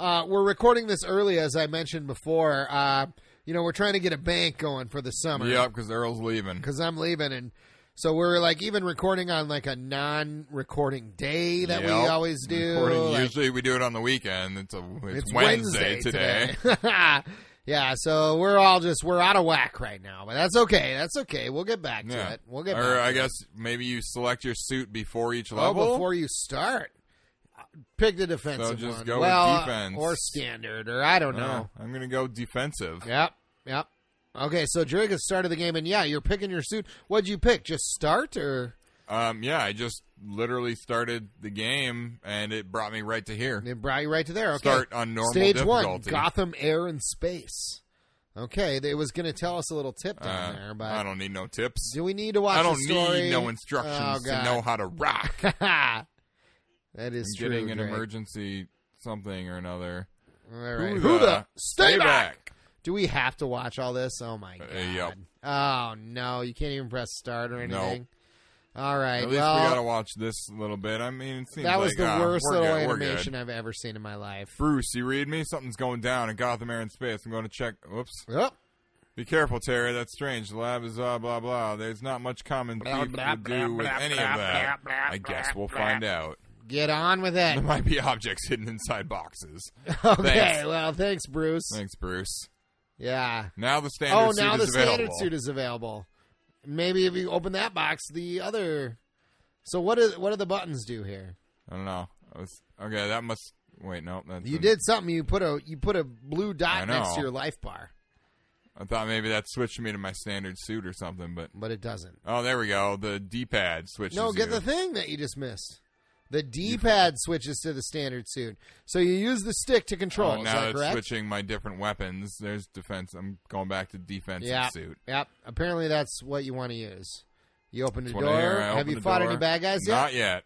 Speaker 1: uh, we're recording this early, as I mentioned before. Uh, you know, we're trying to get a bank going for the summer
Speaker 2: yep, because Earl's leaving.
Speaker 1: because I'm leaving, and so we're like even recording on like a non-recording day that we
Speaker 2: Yep.
Speaker 1: always do.
Speaker 2: Recording-
Speaker 1: like,
Speaker 2: usually we do it on the weekend. It's a it's,
Speaker 1: it's
Speaker 2: Wednesday, today.
Speaker 1: today. yeah, so we're all just we're out of whack right now, but that's okay. That's okay. We'll get back to it. We'll get
Speaker 2: or
Speaker 1: back.
Speaker 2: I guess maybe you select your suit before each
Speaker 1: Oh,
Speaker 2: level.
Speaker 1: before you start, pick the defensive
Speaker 2: So just
Speaker 1: one.
Speaker 2: go with
Speaker 1: well,
Speaker 2: defense.
Speaker 1: or standard, or I don't
Speaker 2: Uh,
Speaker 1: know.
Speaker 2: I'm gonna go defensive.
Speaker 1: Yep. Yep. Okay, so Drake has started the game, and yeah, you're picking your suit. What'd you pick? Just start or
Speaker 2: Um, yeah, I just literally started the game and it brought me right to here.
Speaker 1: it brought you right to there? Okay.
Speaker 2: Start on normal
Speaker 1: Stage one:
Speaker 2: difficulty.
Speaker 1: Gotham Air and Space. Okay, it was going to tell us a little tip down
Speaker 2: Uh,
Speaker 1: there,
Speaker 2: I
Speaker 1: but
Speaker 2: don't need no tips.
Speaker 1: do we need to watch?
Speaker 2: I don't
Speaker 1: the story?
Speaker 2: need no instructions
Speaker 1: Oh,
Speaker 2: to know how to rock.
Speaker 1: God. that is
Speaker 2: I'm
Speaker 1: true.
Speaker 2: getting an
Speaker 1: Drake.
Speaker 2: emergency something or another.
Speaker 1: All right.
Speaker 2: Who
Speaker 1: Who
Speaker 2: the-
Speaker 1: the? Stay,
Speaker 2: Stay
Speaker 1: back.
Speaker 2: back. Uh,
Speaker 1: Do we have to watch all this? Oh my god.
Speaker 2: yep.
Speaker 1: Oh no, you can't even press start or
Speaker 2: Nope.
Speaker 1: anything. All right.
Speaker 2: At least
Speaker 1: well,
Speaker 2: we gotta watch this little bit. I mean, it seems
Speaker 1: That was
Speaker 2: like,
Speaker 1: the
Speaker 2: ah,
Speaker 1: worst
Speaker 2: we're
Speaker 1: little
Speaker 2: good, we're good.
Speaker 1: animation I've ever seen in my life.
Speaker 2: Bruce, you read me? Something's going down in Gotham Air and Space. I'm going to check. Whoops.
Speaker 1: Oh,
Speaker 2: Be careful, Terry. That's strange. The lab is uh, blah, blah, blah. There's not much common
Speaker 1: Blah,
Speaker 2: thief
Speaker 1: blah,
Speaker 2: to do
Speaker 1: blah,
Speaker 2: with
Speaker 1: blah,
Speaker 2: any of
Speaker 1: blah,
Speaker 2: that.
Speaker 1: blah, blah,
Speaker 2: I guess we'll
Speaker 1: blah,
Speaker 2: find out.
Speaker 1: get on with it.
Speaker 2: There might be objects hidden inside boxes.
Speaker 1: okay,
Speaker 2: Thanks.
Speaker 1: well, thanks, Bruce.
Speaker 2: Thanks, Bruce.
Speaker 1: Yeah.
Speaker 2: Now the standard
Speaker 1: Oh,
Speaker 2: suit
Speaker 1: now the
Speaker 2: is available.
Speaker 1: standard suit is available. Maybe if you open that box, the other. So what is what do the buttons do here?
Speaker 2: I don't know. I was- okay, that must. Wait, no. That's
Speaker 1: You
Speaker 2: an-
Speaker 1: did something. You put a you put a blue
Speaker 2: Hmm. I
Speaker 1: dot next to
Speaker 2: know.
Speaker 1: your life bar,
Speaker 2: I thought maybe that switched me to my standard suit or something, but.
Speaker 1: but it doesn't.
Speaker 2: Oh, there we go. The D pad switches.
Speaker 1: No, get
Speaker 2: you.
Speaker 1: the thing that you just missed. The D-pad switches to the standard suit, so you use the stick to control.
Speaker 2: Oh,
Speaker 1: is
Speaker 2: now
Speaker 1: that
Speaker 2: it's
Speaker 1: correct?
Speaker 2: switching my different weapons. There's defense. I'm going back to defensive
Speaker 1: Yeah.
Speaker 2: suit.
Speaker 1: Yep. Apparently, that's what you want to use. You open the
Speaker 2: That's what I hear.
Speaker 1: door.
Speaker 2: I
Speaker 1: Have
Speaker 2: open
Speaker 1: you
Speaker 2: the
Speaker 1: fought
Speaker 2: door.
Speaker 1: any bad guys yet?
Speaker 2: Not yet.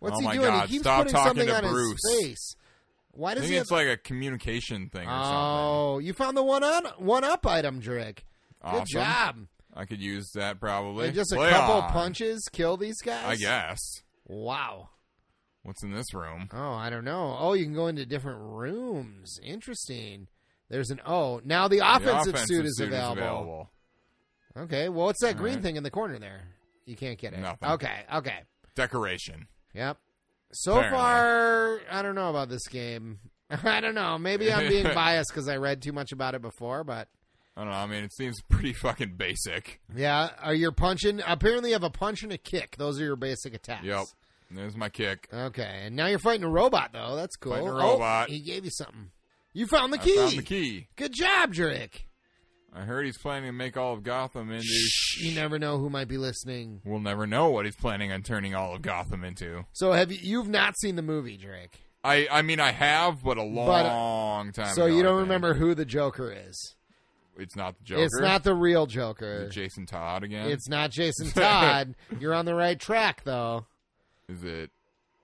Speaker 1: What's
Speaker 2: Oh
Speaker 1: he
Speaker 2: my
Speaker 1: doing?
Speaker 2: God,
Speaker 1: He keeps
Speaker 2: stop
Speaker 1: putting
Speaker 2: talking
Speaker 1: something
Speaker 2: to
Speaker 1: on
Speaker 2: Bruce.
Speaker 1: his face. Why
Speaker 2: I
Speaker 1: does
Speaker 2: think
Speaker 1: he?
Speaker 2: it's
Speaker 1: have-
Speaker 2: like a communication thing or
Speaker 1: oh, you found the one on one up item, Drake.
Speaker 2: something.
Speaker 1: Good job.
Speaker 2: Awesome. I could use that probably.
Speaker 1: And just a
Speaker 2: Play
Speaker 1: couple
Speaker 2: on.
Speaker 1: punches kill these guys.
Speaker 2: I guess.
Speaker 1: Wow.
Speaker 2: What's in this room?
Speaker 1: Oh, I don't know. Oh, you can go into different rooms. Interesting. There's an oh. Now the
Speaker 2: The
Speaker 1: offensive,
Speaker 2: offensive
Speaker 1: suit is available.
Speaker 2: available.
Speaker 1: Okay. Well, what's that
Speaker 2: All
Speaker 1: green
Speaker 2: right.
Speaker 1: thing in the corner there? You can't get it.
Speaker 2: Nothing.
Speaker 1: Okay. Okay.
Speaker 2: Decoration.
Speaker 1: Yep. So
Speaker 2: Apparently.
Speaker 1: far, I don't know about this game. I don't know. Maybe I'm being biased because I read too much about it before, but
Speaker 2: I don't know. I mean, it seems pretty fucking basic.
Speaker 1: Yeah, are your punching? Apparently, you have a punch and a kick. Those are your basic attacks.
Speaker 2: Yep. There's my kick.
Speaker 1: Okay, and now you're fighting a robot though. That's cool.
Speaker 2: Fighting a
Speaker 1: Oh,
Speaker 2: robot.
Speaker 1: he gave you something. You found the
Speaker 2: I
Speaker 1: key.
Speaker 2: found the key.
Speaker 1: Good job, Drake.
Speaker 2: I heard he's planning to make all of Gotham into.
Speaker 1: Shh, you never know who might be listening.
Speaker 2: We'll never know what he's planning on turning all of Gotham into.
Speaker 1: So have you? You've not seen the movie, Drake.
Speaker 2: I I mean I have, but a long time.
Speaker 1: uh, So
Speaker 2: ago,
Speaker 1: you
Speaker 2: I
Speaker 1: don't
Speaker 2: think.
Speaker 1: remember who the Joker is.
Speaker 2: It's not the Joker.
Speaker 1: It's not the real
Speaker 2: Is
Speaker 1: Joker.
Speaker 2: it Jason Todd again.
Speaker 1: It's not Jason Todd. You're on the right track, though.
Speaker 2: is it?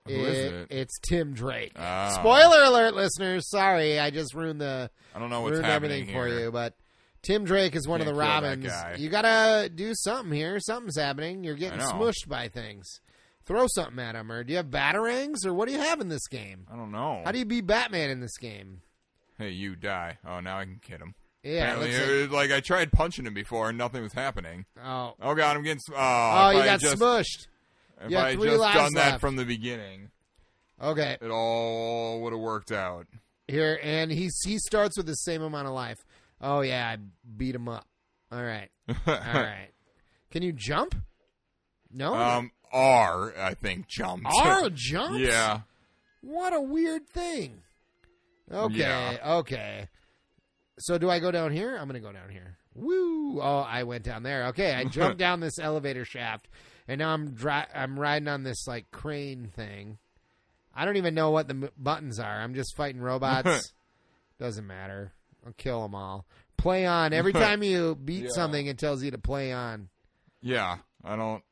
Speaker 2: Who is it?
Speaker 1: It's Tim Drake.
Speaker 2: Oh.
Speaker 1: Spoiler alert, listeners. Sorry, I just ruined the
Speaker 2: I don't know what's
Speaker 1: ruined
Speaker 2: happening
Speaker 1: everything for
Speaker 2: here.
Speaker 1: you. But Tim Drake is one of
Speaker 2: Can't
Speaker 1: the
Speaker 2: kill that
Speaker 1: Robins.
Speaker 2: guy.
Speaker 1: You gotta do something here. Something's happening. You're getting
Speaker 2: I know.
Speaker 1: smushed by things. Throw something at him, or do you have batarangs, or what do you have in this game?
Speaker 2: I don't know.
Speaker 1: How do you beat Batman in this game?
Speaker 2: hey, you die. Oh, now I can kid him.
Speaker 1: Yeah, it
Speaker 2: Apparently,
Speaker 1: looks
Speaker 2: it
Speaker 1: like-
Speaker 2: was like I tried punching him before and nothing was happening.
Speaker 1: oh,
Speaker 2: Oh god, I'm getting. s- Oh,
Speaker 1: oh,
Speaker 2: if
Speaker 1: you
Speaker 2: I
Speaker 1: got
Speaker 2: just,
Speaker 1: smushed.
Speaker 2: If
Speaker 1: You had
Speaker 2: I had
Speaker 1: three
Speaker 2: just
Speaker 1: lives
Speaker 2: done
Speaker 1: left.
Speaker 2: that from the beginning,
Speaker 1: Okay,
Speaker 2: it all would have worked out.
Speaker 1: here, and he he starts with the same amount of life. Oh yeah, I beat him up. All right, all right. Can you jump? No.
Speaker 2: um, R, I think jumped.
Speaker 1: Oh, R jumps.
Speaker 2: yeah.
Speaker 1: What a weird thing. Okay,
Speaker 2: Yeah.
Speaker 1: okay. So do I go down here? I'm gonna go down here. Woo! Oh, I went down there. Okay, I jumped down this elevator shaft, and now I'm dri- I'm riding on this like crane thing. I don't even know what the m- buttons are. I'm just fighting robots. Doesn't matter. I'll kill them all. Play on. Every time you beat
Speaker 2: Yeah.
Speaker 1: something, it tells you to play on.
Speaker 2: Yeah, I don't.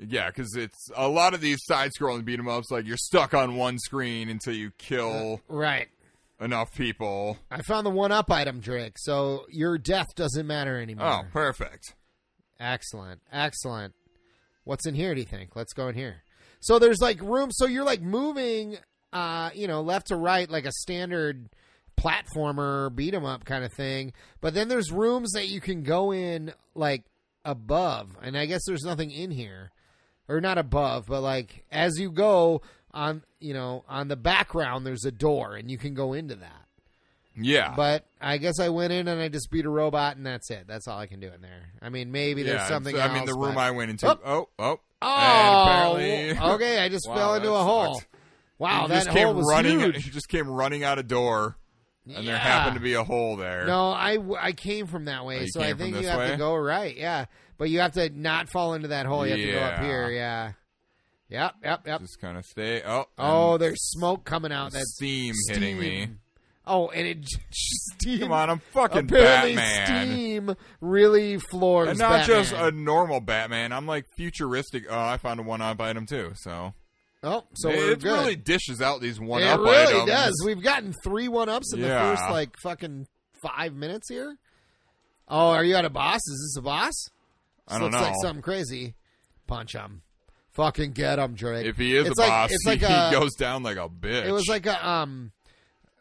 Speaker 2: Yeah, because it's a lot of these side-scrolling beat 'em ups. Like you're stuck on one screen until you kill
Speaker 1: Right.
Speaker 2: enough people.
Speaker 1: I found the one up item, Drake. So your death doesn't matter anymore.
Speaker 2: Oh, perfect.
Speaker 1: Excellent. Excellent. What's in here, do you think? Let's go in here. So there's like room so you're like moving uh, you know, left to right like a standard platformer beat 'em up kind of thing. But then there's rooms that you can go in like above. And I guess there's nothing in here. Or not above, but like as you go on you know, on the background there's a door and you can go into that.
Speaker 2: Yeah,
Speaker 1: But I guess I went in and I just beat a robot, and that's it. That's all I can do in there. I mean, maybe
Speaker 2: yeah.
Speaker 1: there's something.
Speaker 2: so, I mean,
Speaker 1: else,
Speaker 2: the room
Speaker 1: but-
Speaker 2: I went into.
Speaker 1: Oh.
Speaker 2: Oh, oh,
Speaker 1: Oh,
Speaker 2: and apparently,
Speaker 1: okay. I just
Speaker 2: Wow,
Speaker 1: fell into
Speaker 2: that
Speaker 1: a hole.
Speaker 2: sucked.
Speaker 1: Wow,
Speaker 2: you
Speaker 1: that
Speaker 2: just
Speaker 1: hole
Speaker 2: came
Speaker 1: was
Speaker 2: running.
Speaker 1: huge.
Speaker 2: You just came running out a door, and there happened to be a hole there.
Speaker 1: No, I, w- I came from that way,
Speaker 2: you
Speaker 1: so I
Speaker 2: came from
Speaker 1: think you
Speaker 2: this
Speaker 1: have to
Speaker 2: way?
Speaker 1: go right. Yeah, but you have to not fall into that hole. You have to go up
Speaker 2: Yeah.
Speaker 1: here. Yeah. Yep. Yep. Yep.
Speaker 2: Just kind of stay. Oh,
Speaker 1: oh,
Speaker 2: and
Speaker 1: there's smoke coming out. That's
Speaker 2: steam, hitting me.
Speaker 1: steam. Oh, and it steam.
Speaker 2: Come on, I'm fucking
Speaker 1: Apparently,
Speaker 2: Batman.
Speaker 1: steam really floors.
Speaker 2: And not just
Speaker 1: Batman.
Speaker 2: a normal Batman. I'm like futuristic. Oh, I found a one-up item too. So,
Speaker 1: Oh, so
Speaker 2: it,
Speaker 1: we're
Speaker 2: it
Speaker 1: good.
Speaker 2: really dishes out these
Speaker 1: it
Speaker 2: one-up
Speaker 1: really
Speaker 2: items.
Speaker 1: does. We've gotten three one ups in
Speaker 2: Yeah.
Speaker 1: the first like fucking five minutes here. Oh, are you at a boss? Is this a boss? This
Speaker 2: I don't
Speaker 1: looks like
Speaker 2: know.
Speaker 1: something crazy. Punch him. Fucking get him, Drake.
Speaker 2: If he is
Speaker 1: It's
Speaker 2: a
Speaker 1: like-
Speaker 2: boss,
Speaker 1: it's like
Speaker 2: he,
Speaker 1: a-
Speaker 2: goes down like a bitch.
Speaker 1: it was like a um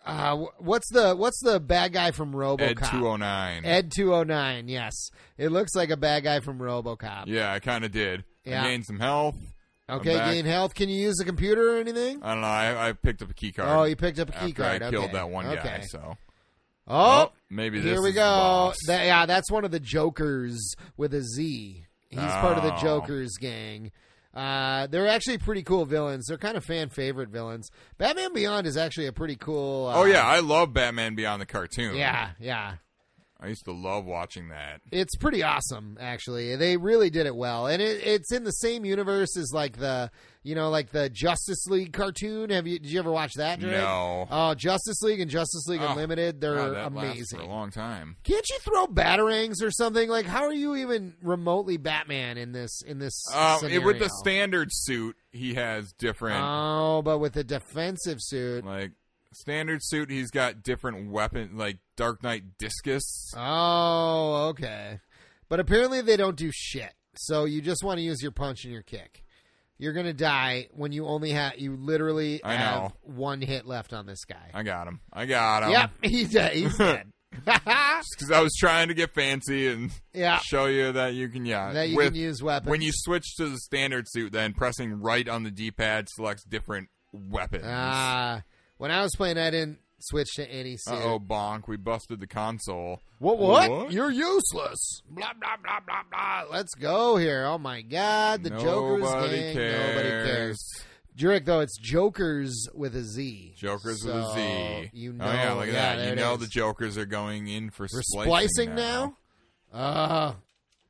Speaker 1: uh wh- what's the what's the bad guy from
Speaker 2: Ed
Speaker 1: RoboCop?
Speaker 2: 209.
Speaker 1: Ed 209, yes. It looks like a bad guy from RoboCop.
Speaker 2: yeah, I kind of did.
Speaker 1: Yeah.
Speaker 2: I gained some health.
Speaker 1: okay,
Speaker 2: back.
Speaker 1: gain health. Can you use a computer or anything?
Speaker 2: I don't know. I, I picked up a key card.
Speaker 1: Oh, you picked up a
Speaker 2: after
Speaker 1: key card.
Speaker 2: I killed
Speaker 1: okay.
Speaker 2: that one
Speaker 1: okay.
Speaker 2: guy. So,
Speaker 1: Oh,
Speaker 2: maybe this
Speaker 1: Here we
Speaker 2: is the
Speaker 1: go.
Speaker 2: boss.
Speaker 1: That, yeah, that's one of the Jokers with a Z. He's part of the
Speaker 2: Oh.
Speaker 1: Jokers gang. Uh, they're actually pretty cool villains. They're kind of fan favorite villains. Batman Beyond is actually a pretty cool. Uh,
Speaker 2: oh yeah, I love Batman Beyond the cartoon.
Speaker 1: yeah, yeah.
Speaker 2: I used to love watching that.
Speaker 1: It's pretty awesome, actually. They really did it well, and it, it's in the same universe as like the you know like the Justice League cartoon. Have you did you ever watch that? Drake?
Speaker 2: No.
Speaker 1: Oh, Justice League and Justice League
Speaker 2: Oh,
Speaker 1: Unlimited. They're
Speaker 2: God, that lasts
Speaker 1: amazing.
Speaker 2: for a long time.
Speaker 1: Can't you throw batarangs or something? Like, how are you even remotely Batman in this in this
Speaker 2: Uh, it- with
Speaker 1: scenario?
Speaker 2: the standard suit, he has different.
Speaker 1: Oh, but with the defensive suit.
Speaker 2: Like standard suit, he's got different weapon, like Dark Knight
Speaker 1: Uh,
Speaker 2: discus.
Speaker 1: Oh, okay. But apparently they don't do shit. So you just want to use your punch and your kick. You're gonna die when you only have you literally
Speaker 2: I
Speaker 1: have
Speaker 2: know.
Speaker 1: one hit left on this guy.
Speaker 2: I got him. I got him.
Speaker 1: Yep, he's dead. He's dead.
Speaker 2: Because I was trying to get fancy and
Speaker 1: yeah,
Speaker 2: show you that you can, yeah.
Speaker 1: Uh, that you
Speaker 2: with,
Speaker 1: can use weapons
Speaker 2: when you switch to the standard suit, then pressing right on the D pad selects different weapons.
Speaker 1: Ah, when Ah, I was playing, I didn't Switch to NEC.
Speaker 2: Uh oh, bonk! We busted the console.
Speaker 1: What, what?
Speaker 2: What?
Speaker 1: You're useless. Blah blah blah blah blah. Let's go here. Oh my God, the Joker's gang. Nobody cares. Jurek though, it's Joker's with a Z.
Speaker 2: Jokers with
Speaker 1: So,
Speaker 2: a Z.
Speaker 1: You know,
Speaker 2: oh yeah, look at that.
Speaker 1: there
Speaker 2: You
Speaker 1: it
Speaker 2: know
Speaker 1: is.
Speaker 2: the Jokers are going in for
Speaker 1: We're
Speaker 2: splicing
Speaker 1: splicing now. Uh,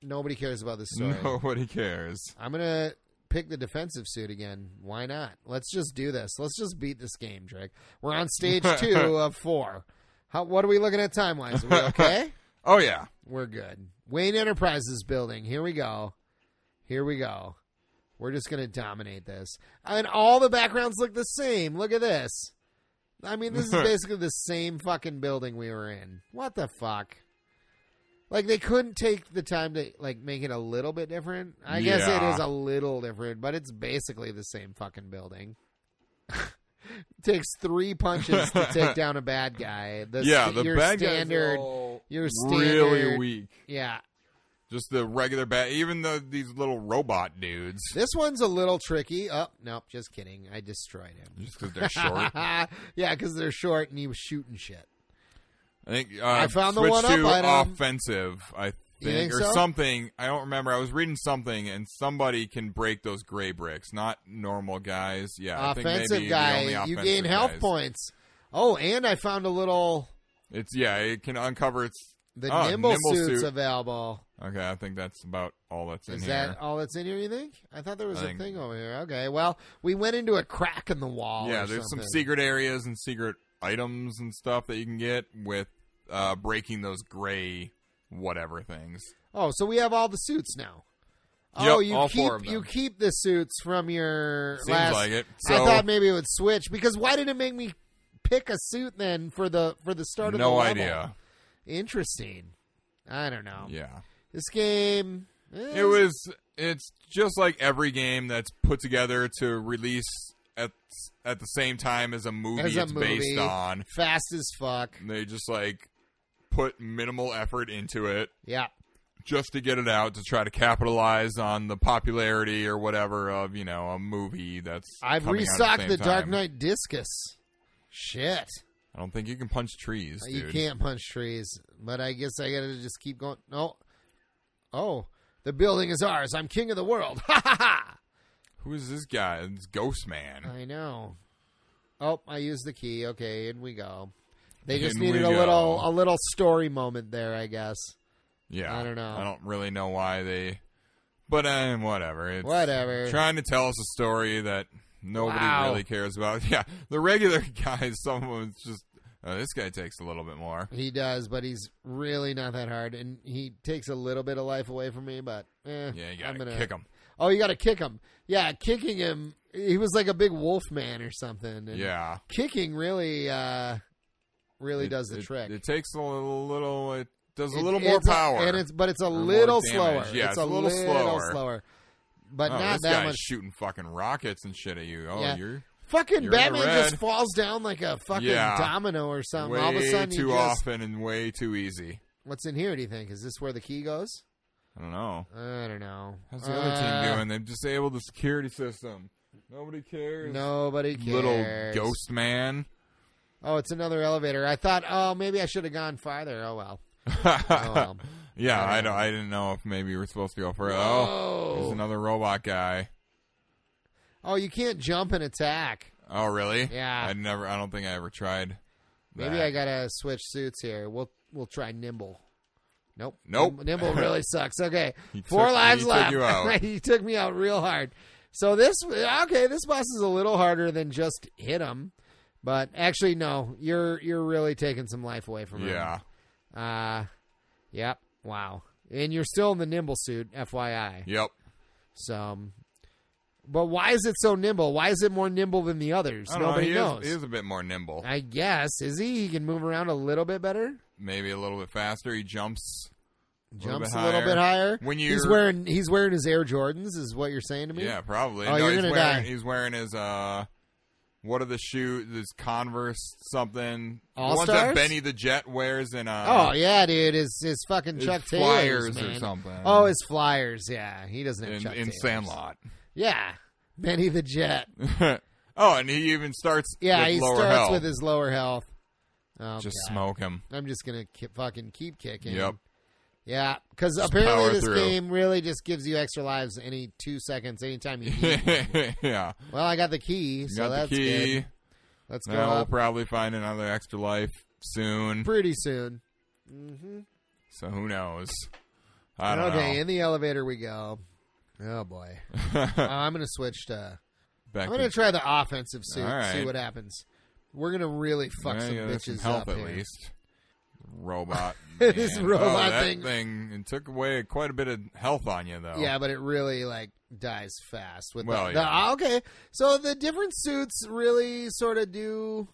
Speaker 1: nobody cares about this story.
Speaker 2: Nobody cares.
Speaker 1: I'm gonna pick the defensive suit again. Why not? Let's just do this. Let's just beat this game, Drake. We're on stage two of four. How, what are we looking at time wise? Are we okay?
Speaker 2: Oh yeah.
Speaker 1: We're good. Wayne Enterprises building. Here we go. Here we go. We're just gonna dominate this. And all the backgrounds look the same. Look at this. I mean, this is basically the same fucking building we were in. What the fuck? Like they couldn't take the time to like make it a little bit different. I guess it
Speaker 2: Yeah.
Speaker 1: is a little different, but it's basically the same fucking building. Takes three punches to take down a bad guy. The
Speaker 2: yeah,
Speaker 1: st-
Speaker 2: the
Speaker 1: your
Speaker 2: bad
Speaker 1: standard,
Speaker 2: guys are all
Speaker 1: your
Speaker 2: really
Speaker 1: standard-
Speaker 2: weak.
Speaker 1: yeah.
Speaker 2: Just the regular bad. Even though these little robot dudes,
Speaker 1: This one's a little tricky. Oh, nope, just kidding. I destroyed him.
Speaker 2: just because they're short.
Speaker 1: yeah, because they're short and he was shooting shit.
Speaker 2: I think uh,
Speaker 1: I found the
Speaker 2: switch
Speaker 1: one up
Speaker 2: to
Speaker 1: item.
Speaker 2: offensive. I think,
Speaker 1: think
Speaker 2: or
Speaker 1: so?
Speaker 2: something. I don't remember. I was reading something, and somebody can break those gray bricks, not normal guys. Yeah, I think
Speaker 1: offensive
Speaker 2: maybe
Speaker 1: guy,
Speaker 2: the only
Speaker 1: you
Speaker 2: offensive
Speaker 1: gain health
Speaker 2: guys.
Speaker 1: points. Oh, and I found a little
Speaker 2: It's yeah, it can uncover its
Speaker 1: the
Speaker 2: oh,
Speaker 1: nimble, suits
Speaker 2: suit.
Speaker 1: available.
Speaker 2: okay, I think that's about all that's in
Speaker 1: Is
Speaker 2: here.
Speaker 1: that all that's in here? You think? I thought there was
Speaker 2: I
Speaker 1: a
Speaker 2: think-
Speaker 1: thing over here. Okay, well, we went into a crack in the wall.
Speaker 2: yeah,
Speaker 1: or
Speaker 2: there's some
Speaker 1: something.
Speaker 2: secret areas and secret items and stuff that you can get with uh, breaking those gray whatever things.
Speaker 1: Oh, so we have all the suits now.
Speaker 2: Yep,
Speaker 1: Oh, you
Speaker 2: all
Speaker 1: keep
Speaker 2: four of them.
Speaker 1: you keep the suits from your
Speaker 2: Seems
Speaker 1: last.
Speaker 2: like it.
Speaker 1: I
Speaker 2: So-
Speaker 1: thought maybe it would switch because why did it make me pick a suit then for the for the start of the
Speaker 2: no
Speaker 1: level?
Speaker 2: idea.
Speaker 1: Interesting. I don't know.
Speaker 2: Yeah.
Speaker 1: This game. eh,
Speaker 2: It was. It's just like every game that's put together to release at at the same time as a movie
Speaker 1: as a
Speaker 2: it's
Speaker 1: movie,
Speaker 2: based on.
Speaker 1: fast as fuck.
Speaker 2: And they just like put minimal effort into it
Speaker 1: Yeah.
Speaker 2: just to get it out to try to capitalize on the popularity or whatever of you know a movie that's.
Speaker 1: I've
Speaker 2: coming out at
Speaker 1: restocked
Speaker 2: same
Speaker 1: the Dark
Speaker 2: time.
Speaker 1: Knight discus. Shit.
Speaker 2: I don't think you can punch trees. Dude.
Speaker 1: You can't punch trees, but I guess I gotta just keep going. No. Oh, the building is ours. I'm king of the world. Ha ha ha.
Speaker 2: Who is this guy? This Ghost Man.
Speaker 1: I know. Oh, I used the key. Okay, in we go. They just
Speaker 2: In
Speaker 1: needed
Speaker 2: we
Speaker 1: a
Speaker 2: go.
Speaker 1: little a little story moment there, I guess.
Speaker 2: Yeah,
Speaker 1: I don't know.
Speaker 2: I don't really know why they. But uh, whatever. It's,
Speaker 1: Whatever.
Speaker 2: trying to tell us a story that nobody
Speaker 1: Wow.
Speaker 2: really cares about. Yeah, the regular guys, someone's just oh, this guy takes a little bit more.
Speaker 1: He does, but he's really not that hard, and he takes a little bit of life away from me. But eh,
Speaker 2: Yeah, you
Speaker 1: I'm
Speaker 2: gotta
Speaker 1: gonna
Speaker 2: kick him.
Speaker 1: Oh, you got to kick him. Yeah, kicking him. He was like a big wolf man or something. And
Speaker 2: Yeah,
Speaker 1: kicking really, uh, really
Speaker 2: It-
Speaker 1: does the
Speaker 2: it-
Speaker 1: trick.
Speaker 2: It takes a little, little- it does a
Speaker 1: It-
Speaker 2: little more
Speaker 1: it's a-
Speaker 2: power.
Speaker 1: and it's but it's a
Speaker 2: more
Speaker 1: little slower.
Speaker 2: damage. Yeah,
Speaker 1: it's, a little, slower. But
Speaker 2: oh,
Speaker 1: not
Speaker 2: this
Speaker 1: that
Speaker 2: guy's
Speaker 1: much.
Speaker 2: shooting fucking rockets and shit at you. Oh,
Speaker 1: Yeah.
Speaker 2: you're
Speaker 1: Fucking
Speaker 2: You're in the
Speaker 1: Batman just
Speaker 2: red.
Speaker 1: falls down like a fucking
Speaker 2: Yeah.
Speaker 1: domino or something.
Speaker 2: way
Speaker 1: Um, All of a sudden, you
Speaker 2: too
Speaker 1: just,
Speaker 2: often and way too easy.
Speaker 1: what's in here? Do you think is this where the key goes?
Speaker 2: I don't know.
Speaker 1: I don't know.
Speaker 2: How's the other
Speaker 1: Uh,
Speaker 2: team doing? They've disabled the security system. Nobody cares.
Speaker 1: Nobody cares.
Speaker 2: Little ghost man.
Speaker 1: Oh, it's another elevator. I thought, oh, maybe I should have gone farther. Oh well. Oh, well.
Speaker 2: Yeah,
Speaker 1: I
Speaker 2: I,
Speaker 1: don't
Speaker 2: don't, I didn't know if maybe we're supposed to go for it. Oh, there's
Speaker 1: Whoa.
Speaker 2: another robot guy.
Speaker 1: Oh, you can't jump and attack.
Speaker 2: Oh, really?
Speaker 1: Yeah.
Speaker 2: I never. I don't think I ever tried.
Speaker 1: Maybe
Speaker 2: that.
Speaker 1: I gotta switch suits here. We'll we'll try nimble. Nope.
Speaker 2: Nope.
Speaker 1: Nim- Nimble really sucks. Okay.
Speaker 2: He
Speaker 1: Four
Speaker 2: took-
Speaker 1: lives
Speaker 2: he took
Speaker 1: left.
Speaker 2: you out.
Speaker 1: he took me out real hard. So this okay, this boss is a little harder than just hit him. But actually no, you're you're really taking some life away from him.
Speaker 2: Yeah.
Speaker 1: Uh yep. Wow. And you're still in the nimble suit, FYI.
Speaker 2: Yep.
Speaker 1: So, um, but why is it so nimble? Why is it more nimble than the others?
Speaker 2: I don't
Speaker 1: Nobody
Speaker 2: know. He
Speaker 1: knows.
Speaker 2: Is, he is a bit more nimble.
Speaker 1: I guess is he? He can move around a little bit better.
Speaker 2: Maybe a little bit faster. He jumps. little
Speaker 1: Jumps
Speaker 2: bit
Speaker 1: a little
Speaker 2: higher.
Speaker 1: bit higher.
Speaker 2: When
Speaker 1: he's
Speaker 2: you're-
Speaker 1: wearing he's wearing his Air Jordans, is what you're saying to me?
Speaker 2: Yeah, probably.
Speaker 1: Oh,
Speaker 2: no,
Speaker 1: you're
Speaker 2: he's
Speaker 1: gonna die.
Speaker 2: wearing, He's wearing his uh. What are the shoes? This Converse something. the ones
Speaker 1: All-Stars?
Speaker 2: that Benny the Jet wears in uh.
Speaker 1: Oh yeah, dude, his his fucking
Speaker 2: his
Speaker 1: Chuck
Speaker 2: flyers
Speaker 1: Taylors
Speaker 2: or
Speaker 1: man.
Speaker 2: something.
Speaker 1: Oh, his flyers. Yeah, he doesn't have
Speaker 2: in,
Speaker 1: Chuck
Speaker 2: in
Speaker 1: Taylors.
Speaker 2: Sandlot.
Speaker 1: Yeah, Benny the Jet.
Speaker 2: oh, and he even starts.
Speaker 1: Yeah,
Speaker 2: with
Speaker 1: he
Speaker 2: lower
Speaker 1: starts
Speaker 2: health.
Speaker 1: with his lower health. Oh,
Speaker 2: Just
Speaker 1: God.
Speaker 2: smoke him.
Speaker 1: I'm just gonna keep, fucking keep kicking.
Speaker 2: Yep.
Speaker 1: Yeah, because
Speaker 2: power
Speaker 1: apparently this
Speaker 2: through.
Speaker 1: game really just gives you extra lives any two seconds, anytime you need.
Speaker 2: yeah.
Speaker 1: well, I got the key,
Speaker 2: You
Speaker 1: so
Speaker 2: got
Speaker 1: that's
Speaker 2: the key.
Speaker 1: good. Let's go
Speaker 2: Now we'll
Speaker 1: up
Speaker 2: probably find another extra life soon.
Speaker 1: pretty soon.
Speaker 2: So who knows? I don't
Speaker 1: okay,
Speaker 2: know.
Speaker 1: in the elevator we go. Oh boy, Uh, I'm gonna switch to.
Speaker 2: Back
Speaker 1: I'm gonna
Speaker 2: to-
Speaker 1: try the offensive suit.
Speaker 2: All right.
Speaker 1: See what happens. We're gonna really fuck
Speaker 2: Yeah,
Speaker 1: some
Speaker 2: yeah, there's
Speaker 1: bitches
Speaker 2: health
Speaker 1: up
Speaker 2: at
Speaker 1: here.
Speaker 2: least. Robot.
Speaker 1: This
Speaker 2: man.
Speaker 1: robot
Speaker 2: Oh, that
Speaker 1: thing.
Speaker 2: It took away quite a bit of health on you, though.
Speaker 1: Yeah, but it really like dies fast with
Speaker 2: Well,
Speaker 1: the,
Speaker 2: yeah.
Speaker 1: the- okay. So the different suits really sort of do.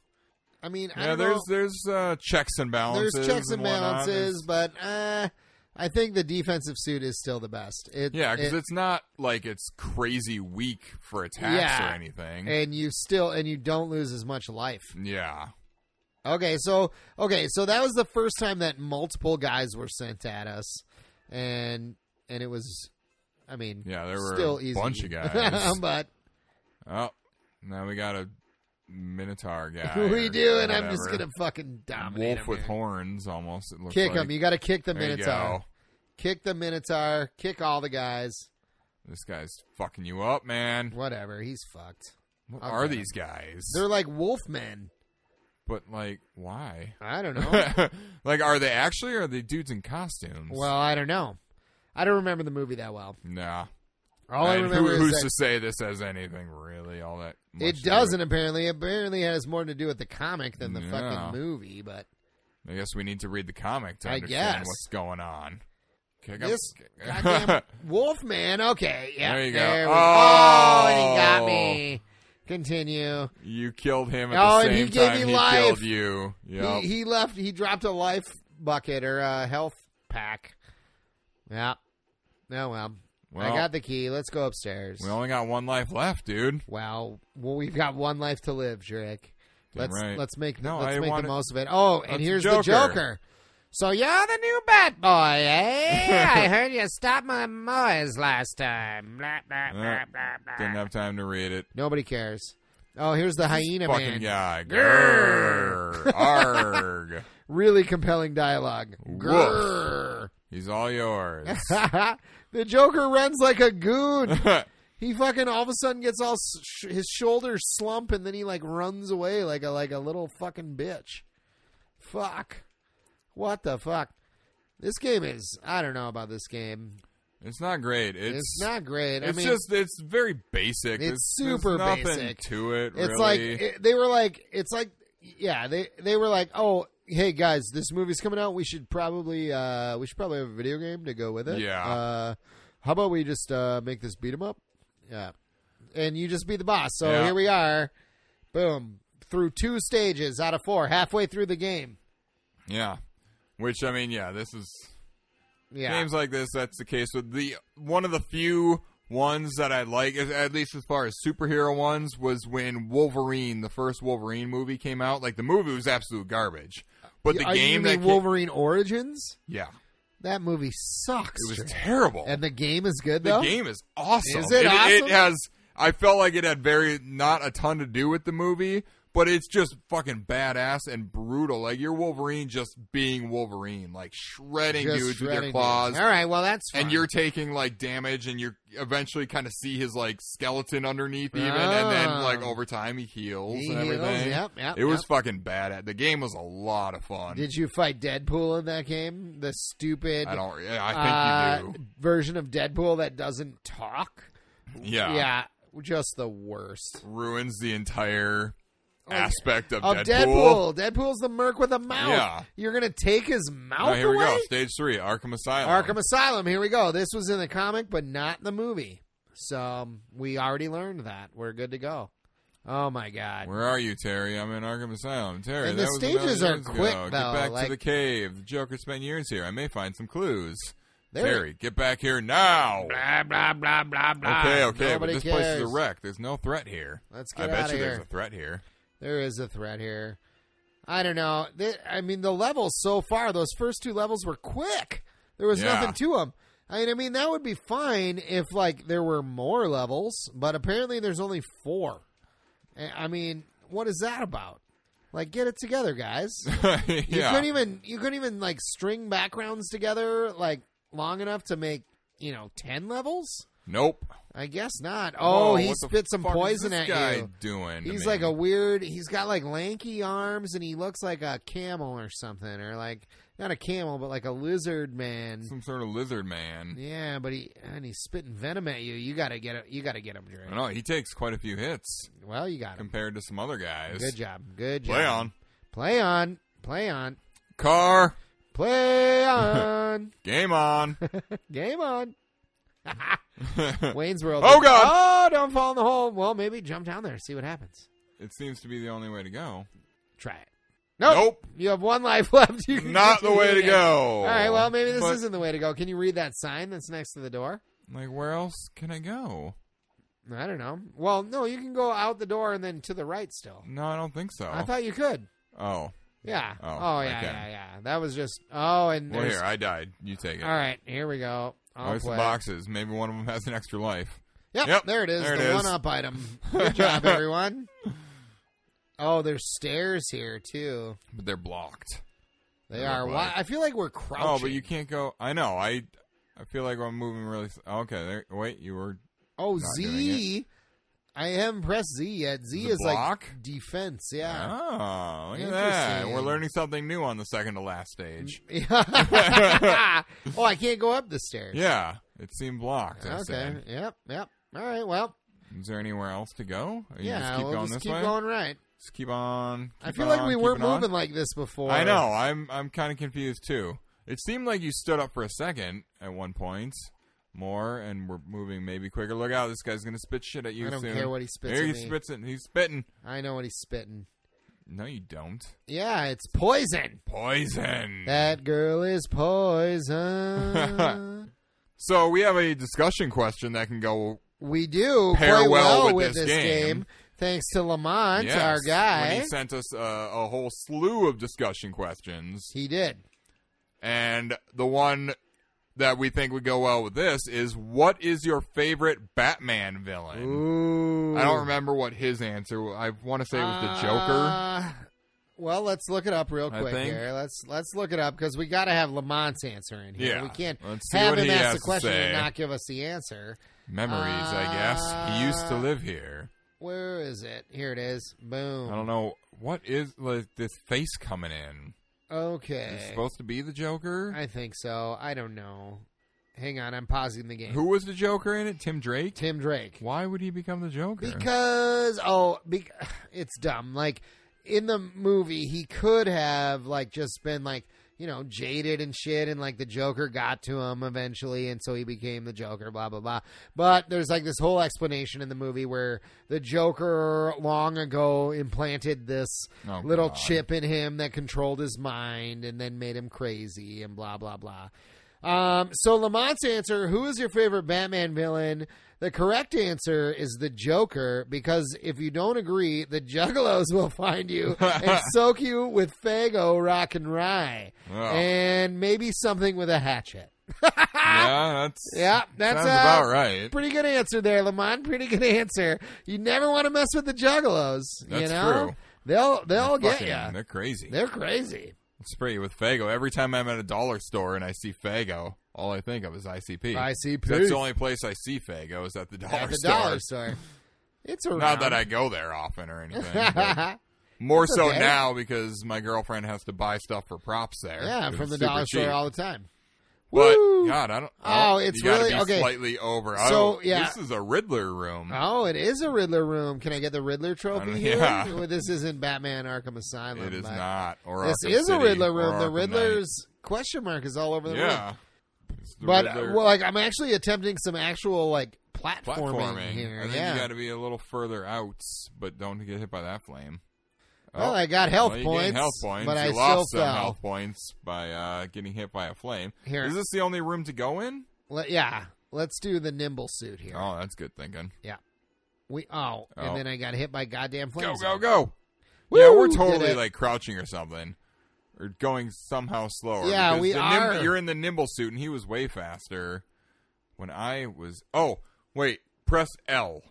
Speaker 1: I mean, I
Speaker 2: Yeah,
Speaker 1: don't
Speaker 2: there's
Speaker 1: know.
Speaker 2: there's uh, checks and balances.
Speaker 1: there's checks and
Speaker 2: whatnot.
Speaker 1: balances,
Speaker 2: There's-
Speaker 1: but uh, I think the defensive suit is still the best. It,
Speaker 2: Yeah, because
Speaker 1: it-
Speaker 2: it's not like it's crazy weak for attacks
Speaker 1: Yeah.
Speaker 2: or anything.
Speaker 1: and you still and you don't lose as much life.
Speaker 2: yeah,
Speaker 1: Okay, so okay, so that was the first time that multiple guys were sent at us, and and it was, I mean,
Speaker 2: yeah, there were
Speaker 1: still
Speaker 2: a
Speaker 1: easy.
Speaker 2: bunch of guys.
Speaker 1: but
Speaker 2: oh, now we got a minotaur guy.
Speaker 1: we
Speaker 2: or
Speaker 1: do, and I'm just
Speaker 2: whatever.
Speaker 1: gonna fucking dominate
Speaker 2: wolf
Speaker 1: him
Speaker 2: with
Speaker 1: here.
Speaker 2: horns. Almost it looks
Speaker 1: Kick
Speaker 2: like.
Speaker 1: him! You got to kick the
Speaker 2: There you
Speaker 1: minotaur.
Speaker 2: go.
Speaker 1: Kick the minotaur. Kick all the guys.
Speaker 2: This guy's fucking you up, man.
Speaker 1: Whatever. He's fucked.
Speaker 2: What
Speaker 1: I'll
Speaker 2: are
Speaker 1: get
Speaker 2: these guys?
Speaker 1: They're like wolf men.
Speaker 2: but like, why?
Speaker 1: I don't know.
Speaker 2: like, are they actually? Or are they dudes in costumes?
Speaker 1: well, I don't know. I don't remember the movie that well.
Speaker 2: nah.
Speaker 1: All I,
Speaker 2: And
Speaker 1: remember
Speaker 2: who,
Speaker 1: is
Speaker 2: who's
Speaker 1: that
Speaker 2: to say this has anything really all that. much to
Speaker 1: it
Speaker 2: do
Speaker 1: doesn't. Apparently, apparently it has more to do with the comic than the
Speaker 2: Yeah.
Speaker 1: fucking movie. But
Speaker 2: I guess we need to read the comic to
Speaker 1: I
Speaker 2: understand
Speaker 1: guess.
Speaker 2: what's going on. Kick up-
Speaker 1: this goddamn wolf man. Okay, yeah.
Speaker 2: There you go.
Speaker 1: we-
Speaker 2: Oh!
Speaker 1: oh, and he got me. Continue.
Speaker 2: you killed him at
Speaker 1: Oh,
Speaker 2: the
Speaker 1: and he
Speaker 2: same
Speaker 1: gave
Speaker 2: time
Speaker 1: you
Speaker 2: he
Speaker 1: life.
Speaker 2: killed you. Yep.
Speaker 1: He, he left. He dropped a life bucket or a health pack. Yeah. Oh well.
Speaker 2: Well-
Speaker 1: I got the key. Let's go upstairs.
Speaker 2: we only got one life left, dude.
Speaker 1: wow. Well, we've got one life to live, Drake.
Speaker 2: Damn
Speaker 1: Let's
Speaker 2: right.
Speaker 1: let's make the,
Speaker 2: No,
Speaker 1: let's
Speaker 2: I
Speaker 1: make
Speaker 2: wanted-
Speaker 1: the most of it. Oh,
Speaker 2: That's
Speaker 1: and here's
Speaker 2: Joker.
Speaker 1: the Joker. So you're the new Bat Boy, eh? I heard you stop my noise last time. Blah,
Speaker 2: Uh,
Speaker 1: blah, blah, blah, blah.
Speaker 2: Didn't have time to read it.
Speaker 1: Nobody cares. Oh, here's the hyena man.
Speaker 2: Fucking guy.
Speaker 1: Grrr.
Speaker 2: Grrr. Arg.
Speaker 1: Really compelling dialogue.
Speaker 2: Woof.
Speaker 1: Grrr.
Speaker 2: He's all yours.
Speaker 1: the Joker runs like a goon.
Speaker 2: yeah,
Speaker 1: He fucking all of a sudden gets all sh- his shoulders slump and then he like runs away like a like a little fucking bitch. Fuck. What the fuck? This game is I don't know about this game.
Speaker 2: it's not great. It's,
Speaker 1: It's, not great. I
Speaker 2: It's
Speaker 1: mean,
Speaker 2: just it's very basic.
Speaker 1: It's
Speaker 2: There's-
Speaker 1: super
Speaker 2: there's nothing
Speaker 1: basic.
Speaker 2: to it.
Speaker 1: it's
Speaker 2: really.
Speaker 1: like it, they were like it's like yeah, they they were like, "Oh, hey guys, this movie's coming out. We should probably uh we should probably have a video game to go with it."
Speaker 2: Yeah.
Speaker 1: Uh how about we just uh make this beat 'em up? Yeah. And you just be the boss. So
Speaker 2: Yeah.
Speaker 1: here we are. Boom. Through two stages out of four, halfway through the game.
Speaker 2: yeah. Which I mean, yeah. This is
Speaker 1: Yeah.
Speaker 2: games like this. That's the case with the one of the few ones that I like, at- at least as far as superhero ones, was when Wolverine, the first Wolverine movie, came out. Like the movie was absolute garbage, but the
Speaker 1: Are you
Speaker 2: game
Speaker 1: mean
Speaker 2: that ca-
Speaker 1: Wolverine Origins?
Speaker 2: yeah,
Speaker 1: That movie sucks.
Speaker 2: it was
Speaker 1: Drake.
Speaker 2: terrible.
Speaker 1: and the game is good
Speaker 2: The
Speaker 1: though.
Speaker 2: game is awesome.
Speaker 1: Is it awesome?
Speaker 2: It has. I felt like it had very not a ton to do with the movie, but it's just fucking badass and brutal. Like you're Wolverine just being Wolverine, like shredding
Speaker 1: Just
Speaker 2: dudes with
Speaker 1: shredding
Speaker 2: your claws.
Speaker 1: dudes. All right, well that's fine.
Speaker 2: And you're taking like damage, and you're eventually kind of see his like skeleton underneath, even, and
Speaker 1: Oh.
Speaker 2: then like over time he heals
Speaker 1: He
Speaker 2: and
Speaker 1: heals,
Speaker 2: everything.
Speaker 1: yep, yep,
Speaker 2: it was
Speaker 1: yep.
Speaker 2: fucking bad. The game was a lot of fun.
Speaker 1: Did you fight Deadpool in that game? The stupid
Speaker 2: I don't. Yeah, I think
Speaker 1: uh, version of Deadpool that doesn't talk.
Speaker 2: you do. Yeah,
Speaker 1: Yeah, just the worst.
Speaker 2: ruins the entire
Speaker 1: Like,
Speaker 2: aspect of,
Speaker 1: Oh, Of Deadpool. Deadpool's the merc with a mouth.
Speaker 2: Yeah.
Speaker 1: You're gonna take his
Speaker 2: Oh,
Speaker 1: mouth
Speaker 2: here we
Speaker 1: away.
Speaker 2: go. Stage three, Arkham Asylum.
Speaker 1: Arkham Asylum. Here we go. This was in the comic, but not in the movie. So um, we already learned that. We're good to go. Oh my god.
Speaker 2: Where are you, Terry? I'm in Arkham Asylum. Terry,
Speaker 1: And the
Speaker 2: that was a
Speaker 1: stages
Speaker 2: million
Speaker 1: are
Speaker 2: years
Speaker 1: quick,
Speaker 2: ago. Get
Speaker 1: though,
Speaker 2: back
Speaker 1: like-
Speaker 2: to the cave. The Joker spent years here. I may find some clues.
Speaker 1: There-
Speaker 2: Terry, get back here now.
Speaker 1: Blah blah blah blah blah.
Speaker 2: okay, okay,
Speaker 1: Nobody
Speaker 2: but this
Speaker 1: cares.
Speaker 2: place is a wreck. There's no threat here.
Speaker 1: Let's
Speaker 2: I
Speaker 1: get
Speaker 2: bet
Speaker 1: outta
Speaker 2: you there's
Speaker 1: here.
Speaker 2: a threat here.
Speaker 1: There is a threat here. I don't know. Th- I mean, the levels so far, those first two levels were quick. There was
Speaker 2: Yeah.
Speaker 1: nothing to them. I mean, I mean, that would be fine if like there were more levels, but apparently there's only four. A- I mean, what is that about? Like, get it together, guys. You
Speaker 2: yeah.
Speaker 1: couldn't even you couldn't even like string backgrounds together like long enough to make you know ten levels.
Speaker 2: nope.
Speaker 1: I guess not. Oh,
Speaker 2: Whoa,
Speaker 1: he
Speaker 2: what the
Speaker 1: spit some
Speaker 2: fuck is
Speaker 1: poison
Speaker 2: this
Speaker 1: at
Speaker 2: guy
Speaker 1: you.
Speaker 2: Doing. to
Speaker 1: He's
Speaker 2: me?
Speaker 1: like a weird. He's got like lanky arms, and he looks like a camel or something, or like not a camel, but like a lizard man.
Speaker 2: some sort of lizard man.
Speaker 1: Yeah, but he and he's spitting venom at you. You gotta get him. You gotta get him, Jerry.
Speaker 2: I don't know. He takes quite a few hits
Speaker 1: Well, you got him.
Speaker 2: compared to some other guys.
Speaker 1: Good job. Good job.
Speaker 2: Play on.
Speaker 1: Play on. Play on.
Speaker 2: Car.
Speaker 1: Play on.
Speaker 2: Game on.
Speaker 1: Game on. Wayne's World.
Speaker 2: Oh, God.
Speaker 1: Oh, don't fall in the hole. Well, maybe jump down there. See what happens.
Speaker 2: it seems to be the only way to go.
Speaker 1: Try it. Nope.
Speaker 2: Nope.
Speaker 1: You have one life left. You can
Speaker 2: Not the way to
Speaker 1: continue
Speaker 2: go.
Speaker 1: Oh. All right. Well, maybe this
Speaker 2: But,
Speaker 1: isn't the way to go. Can you read that sign that's next to the door?
Speaker 2: Like, where else can I go?
Speaker 1: I don't know. Well, no, you can go out the door and then to the right still.
Speaker 2: No, I don't think so.
Speaker 1: I thought you could.
Speaker 2: oh.
Speaker 1: Yeah.
Speaker 2: Oh,
Speaker 1: Oh, yeah,
Speaker 2: okay.
Speaker 1: yeah, yeah. That was just. Oh, and
Speaker 2: Well,
Speaker 1: there's.
Speaker 2: here, I Oh, died. You take it.
Speaker 1: all right, here we go. I'll
Speaker 2: There's
Speaker 1: play.
Speaker 2: some boxes. Maybe one of them has an extra life.
Speaker 1: Yep,
Speaker 2: Yep,
Speaker 1: there it is.
Speaker 2: there it
Speaker 1: the
Speaker 2: is.
Speaker 1: one-up item. Good job, everyone. Oh, there's stairs here too.
Speaker 2: But they're blocked.
Speaker 1: They
Speaker 2: They
Speaker 1: are.
Speaker 2: look
Speaker 1: Why,
Speaker 2: like-
Speaker 1: I feel like we're crouching.
Speaker 2: Oh, but you can't go. I know. I I feel like I'm moving really. s- Okay. There, wait. You were.
Speaker 1: Oh,
Speaker 2: Not
Speaker 1: Z. I haven't pressed Z yet. Z
Speaker 2: The
Speaker 1: is
Speaker 2: block?
Speaker 1: like defense. Yeah.
Speaker 2: Oh, look at that.
Speaker 1: Interesting.
Speaker 2: We're learning something new on the second to last stage.
Speaker 1: oh, I can't go up the stairs.
Speaker 2: Yeah. It seemed blocked. I
Speaker 1: Okay.
Speaker 2: said.
Speaker 1: Yep. Yep. All right. Well.
Speaker 2: Is there anywhere else to go? Or you
Speaker 1: yeah.
Speaker 2: Just keep
Speaker 1: we'll
Speaker 2: going
Speaker 1: just
Speaker 2: this
Speaker 1: keep
Speaker 2: way.
Speaker 1: going right.
Speaker 2: Just keep on.
Speaker 1: I
Speaker 2: keep
Speaker 1: feel like
Speaker 2: on,
Speaker 1: we
Speaker 2: keep
Speaker 1: weren't
Speaker 2: it on.
Speaker 1: moving like this before.
Speaker 2: I know. I'm I'm kind of confused too. It seemed like you stood up for a second at one point, more, and we're moving maybe quicker. Look out! This guy's gonna spit shit at you.
Speaker 1: I don't
Speaker 2: soon.
Speaker 1: care what he spits
Speaker 2: There
Speaker 1: at
Speaker 2: he
Speaker 1: me.
Speaker 2: spits it. He's spitting.
Speaker 1: I know what he's spitting.
Speaker 2: No, you don't.
Speaker 1: Yeah, it's poison.
Speaker 2: Poison.
Speaker 1: That girl is poison.
Speaker 2: so we have a discussion question that can go.
Speaker 1: we do
Speaker 2: Pair
Speaker 1: play well
Speaker 2: well
Speaker 1: with,
Speaker 2: with
Speaker 1: this
Speaker 2: this
Speaker 1: game.
Speaker 2: game.
Speaker 1: thanks to Lamont,
Speaker 2: yes,
Speaker 1: our
Speaker 2: When
Speaker 1: guy.
Speaker 2: he sent us a, a whole slew of discussion questions,
Speaker 1: He did.
Speaker 2: and the one that we think would go well with this is, "What is your favorite Batman villain?"
Speaker 1: Ooh.
Speaker 2: I don't remember what his answer. wa- I want to say it was the Joker.
Speaker 1: Uh, well, let's look it up real
Speaker 2: I
Speaker 1: quick
Speaker 2: think.
Speaker 1: here. Let's let's look it up because we got to have Lamont's answer in here.
Speaker 2: Yeah.
Speaker 1: we can't
Speaker 2: Let's see
Speaker 1: have
Speaker 2: what
Speaker 1: him
Speaker 2: he
Speaker 1: ask
Speaker 2: has
Speaker 1: the
Speaker 2: to
Speaker 1: question and
Speaker 2: say.
Speaker 1: not give us the answer.
Speaker 2: Memories, I guess. He used to
Speaker 1: Uh,
Speaker 2: live here.
Speaker 1: Where is it? Here it is.
Speaker 2: I
Speaker 1: Boom.
Speaker 2: don't know what is like this face coming in. Is it
Speaker 1: Okay.
Speaker 2: supposed to be the Joker?
Speaker 1: I think so. I don't know. Hang on, I'm pausing the game.
Speaker 2: Who was the Joker in it? Tim Drake.
Speaker 1: Tim Drake.
Speaker 2: Why would he become the Joker?
Speaker 1: Because oh, be- it's dumb. Like in the movie, he could have like just been like you know jaded and shit, and like the Joker got to him eventually, and so he became the Joker. Blah blah blah. But there's like this whole explanation in the movie where the Joker long ago implanted this
Speaker 2: Oh,
Speaker 1: little
Speaker 2: God.
Speaker 1: chip in him that controlled his mind and then made him crazy and blah blah blah. Um, so Lamont's answer: Who is your favorite Batman villain? The correct answer is the Joker, because if you don't agree, the Juggalos will find you and soak you with Fago Rock and Rye,
Speaker 2: Oh.
Speaker 1: and maybe something with a hatchet.
Speaker 2: yeah, that's
Speaker 1: Yeah, that's
Speaker 2: sounds
Speaker 1: uh,
Speaker 2: about right.
Speaker 1: Pretty good answer there, Lamont. Pretty good answer. You never want to mess with the Juggalos. you
Speaker 2: That's
Speaker 1: know?
Speaker 2: true.
Speaker 1: They'll they'll get
Speaker 2: Fucking-
Speaker 1: you.
Speaker 2: They're crazy.
Speaker 1: They're crazy.
Speaker 2: spray you with Fago. Every time I'm at a dollar store and I see Fago, all I think of is ICP.
Speaker 1: ICP.
Speaker 2: That's the only place I see Fago is at the dollar
Speaker 1: At the
Speaker 2: store.
Speaker 1: dollar store. It's around.
Speaker 2: Not that I go there often or anything. but More
Speaker 1: It's
Speaker 2: so
Speaker 1: okay.
Speaker 2: now because my girlfriend has to buy stuff for props there.
Speaker 1: yeah,
Speaker 2: 'cause
Speaker 1: from
Speaker 2: it's
Speaker 1: the
Speaker 2: super
Speaker 1: dollar store
Speaker 2: cheap.
Speaker 1: all the time.
Speaker 2: But
Speaker 1: Woo!
Speaker 2: God, I don't.
Speaker 1: Oh, it's
Speaker 2: you gotta
Speaker 1: really-
Speaker 2: be
Speaker 1: okay.
Speaker 2: Slightly over.
Speaker 1: So,
Speaker 2: So
Speaker 1: yeah.
Speaker 2: yeah, this is a Riddler room.
Speaker 1: Oh, it is a Riddler room. Can I get the Riddler trophy
Speaker 2: don't-
Speaker 1: here?
Speaker 2: yeah.
Speaker 1: Well, this isn't Batman Arkham Asylum.
Speaker 2: it is
Speaker 1: but
Speaker 2: not. Or
Speaker 1: This
Speaker 2: Arkham
Speaker 1: is a
Speaker 2: City,
Speaker 1: Riddler
Speaker 2: or
Speaker 1: room. The
Speaker 2: Arkham Knight.
Speaker 1: Riddler's question mark is all over the room.
Speaker 2: Yeah. It's the
Speaker 1: But
Speaker 2: Riddler
Speaker 1: well, like I'm actually attempting some actual like platforming,
Speaker 2: platforming.
Speaker 1: here.
Speaker 2: I think
Speaker 1: yeah.
Speaker 2: you got to be a little further out, but don't get hit by that flame.
Speaker 1: well,
Speaker 2: Oh.
Speaker 1: I got health
Speaker 2: Well, you gained
Speaker 1: points,
Speaker 2: health points.
Speaker 1: but
Speaker 2: you
Speaker 1: I still
Speaker 2: lost some
Speaker 1: fell.
Speaker 2: health points by uh, getting hit by a flame.
Speaker 1: Here.
Speaker 2: Is this the only room to go in?
Speaker 1: Let- yeah, let's do the nimble suit here.
Speaker 2: Oh, that's good thinking.
Speaker 1: We oh,
Speaker 2: Oh.
Speaker 1: and then I got hit by goddamn
Speaker 2: Go,
Speaker 1: flames.
Speaker 2: go, go!
Speaker 1: Woo!
Speaker 2: yeah, we're
Speaker 1: Did
Speaker 2: totally
Speaker 1: it.
Speaker 2: like crouching or something, or going somehow slower.
Speaker 1: Yeah,
Speaker 2: because
Speaker 1: we
Speaker 2: the
Speaker 1: are.
Speaker 2: Nim- you're in the nimble suit, and he was way faster. When I was, oh wait, press L.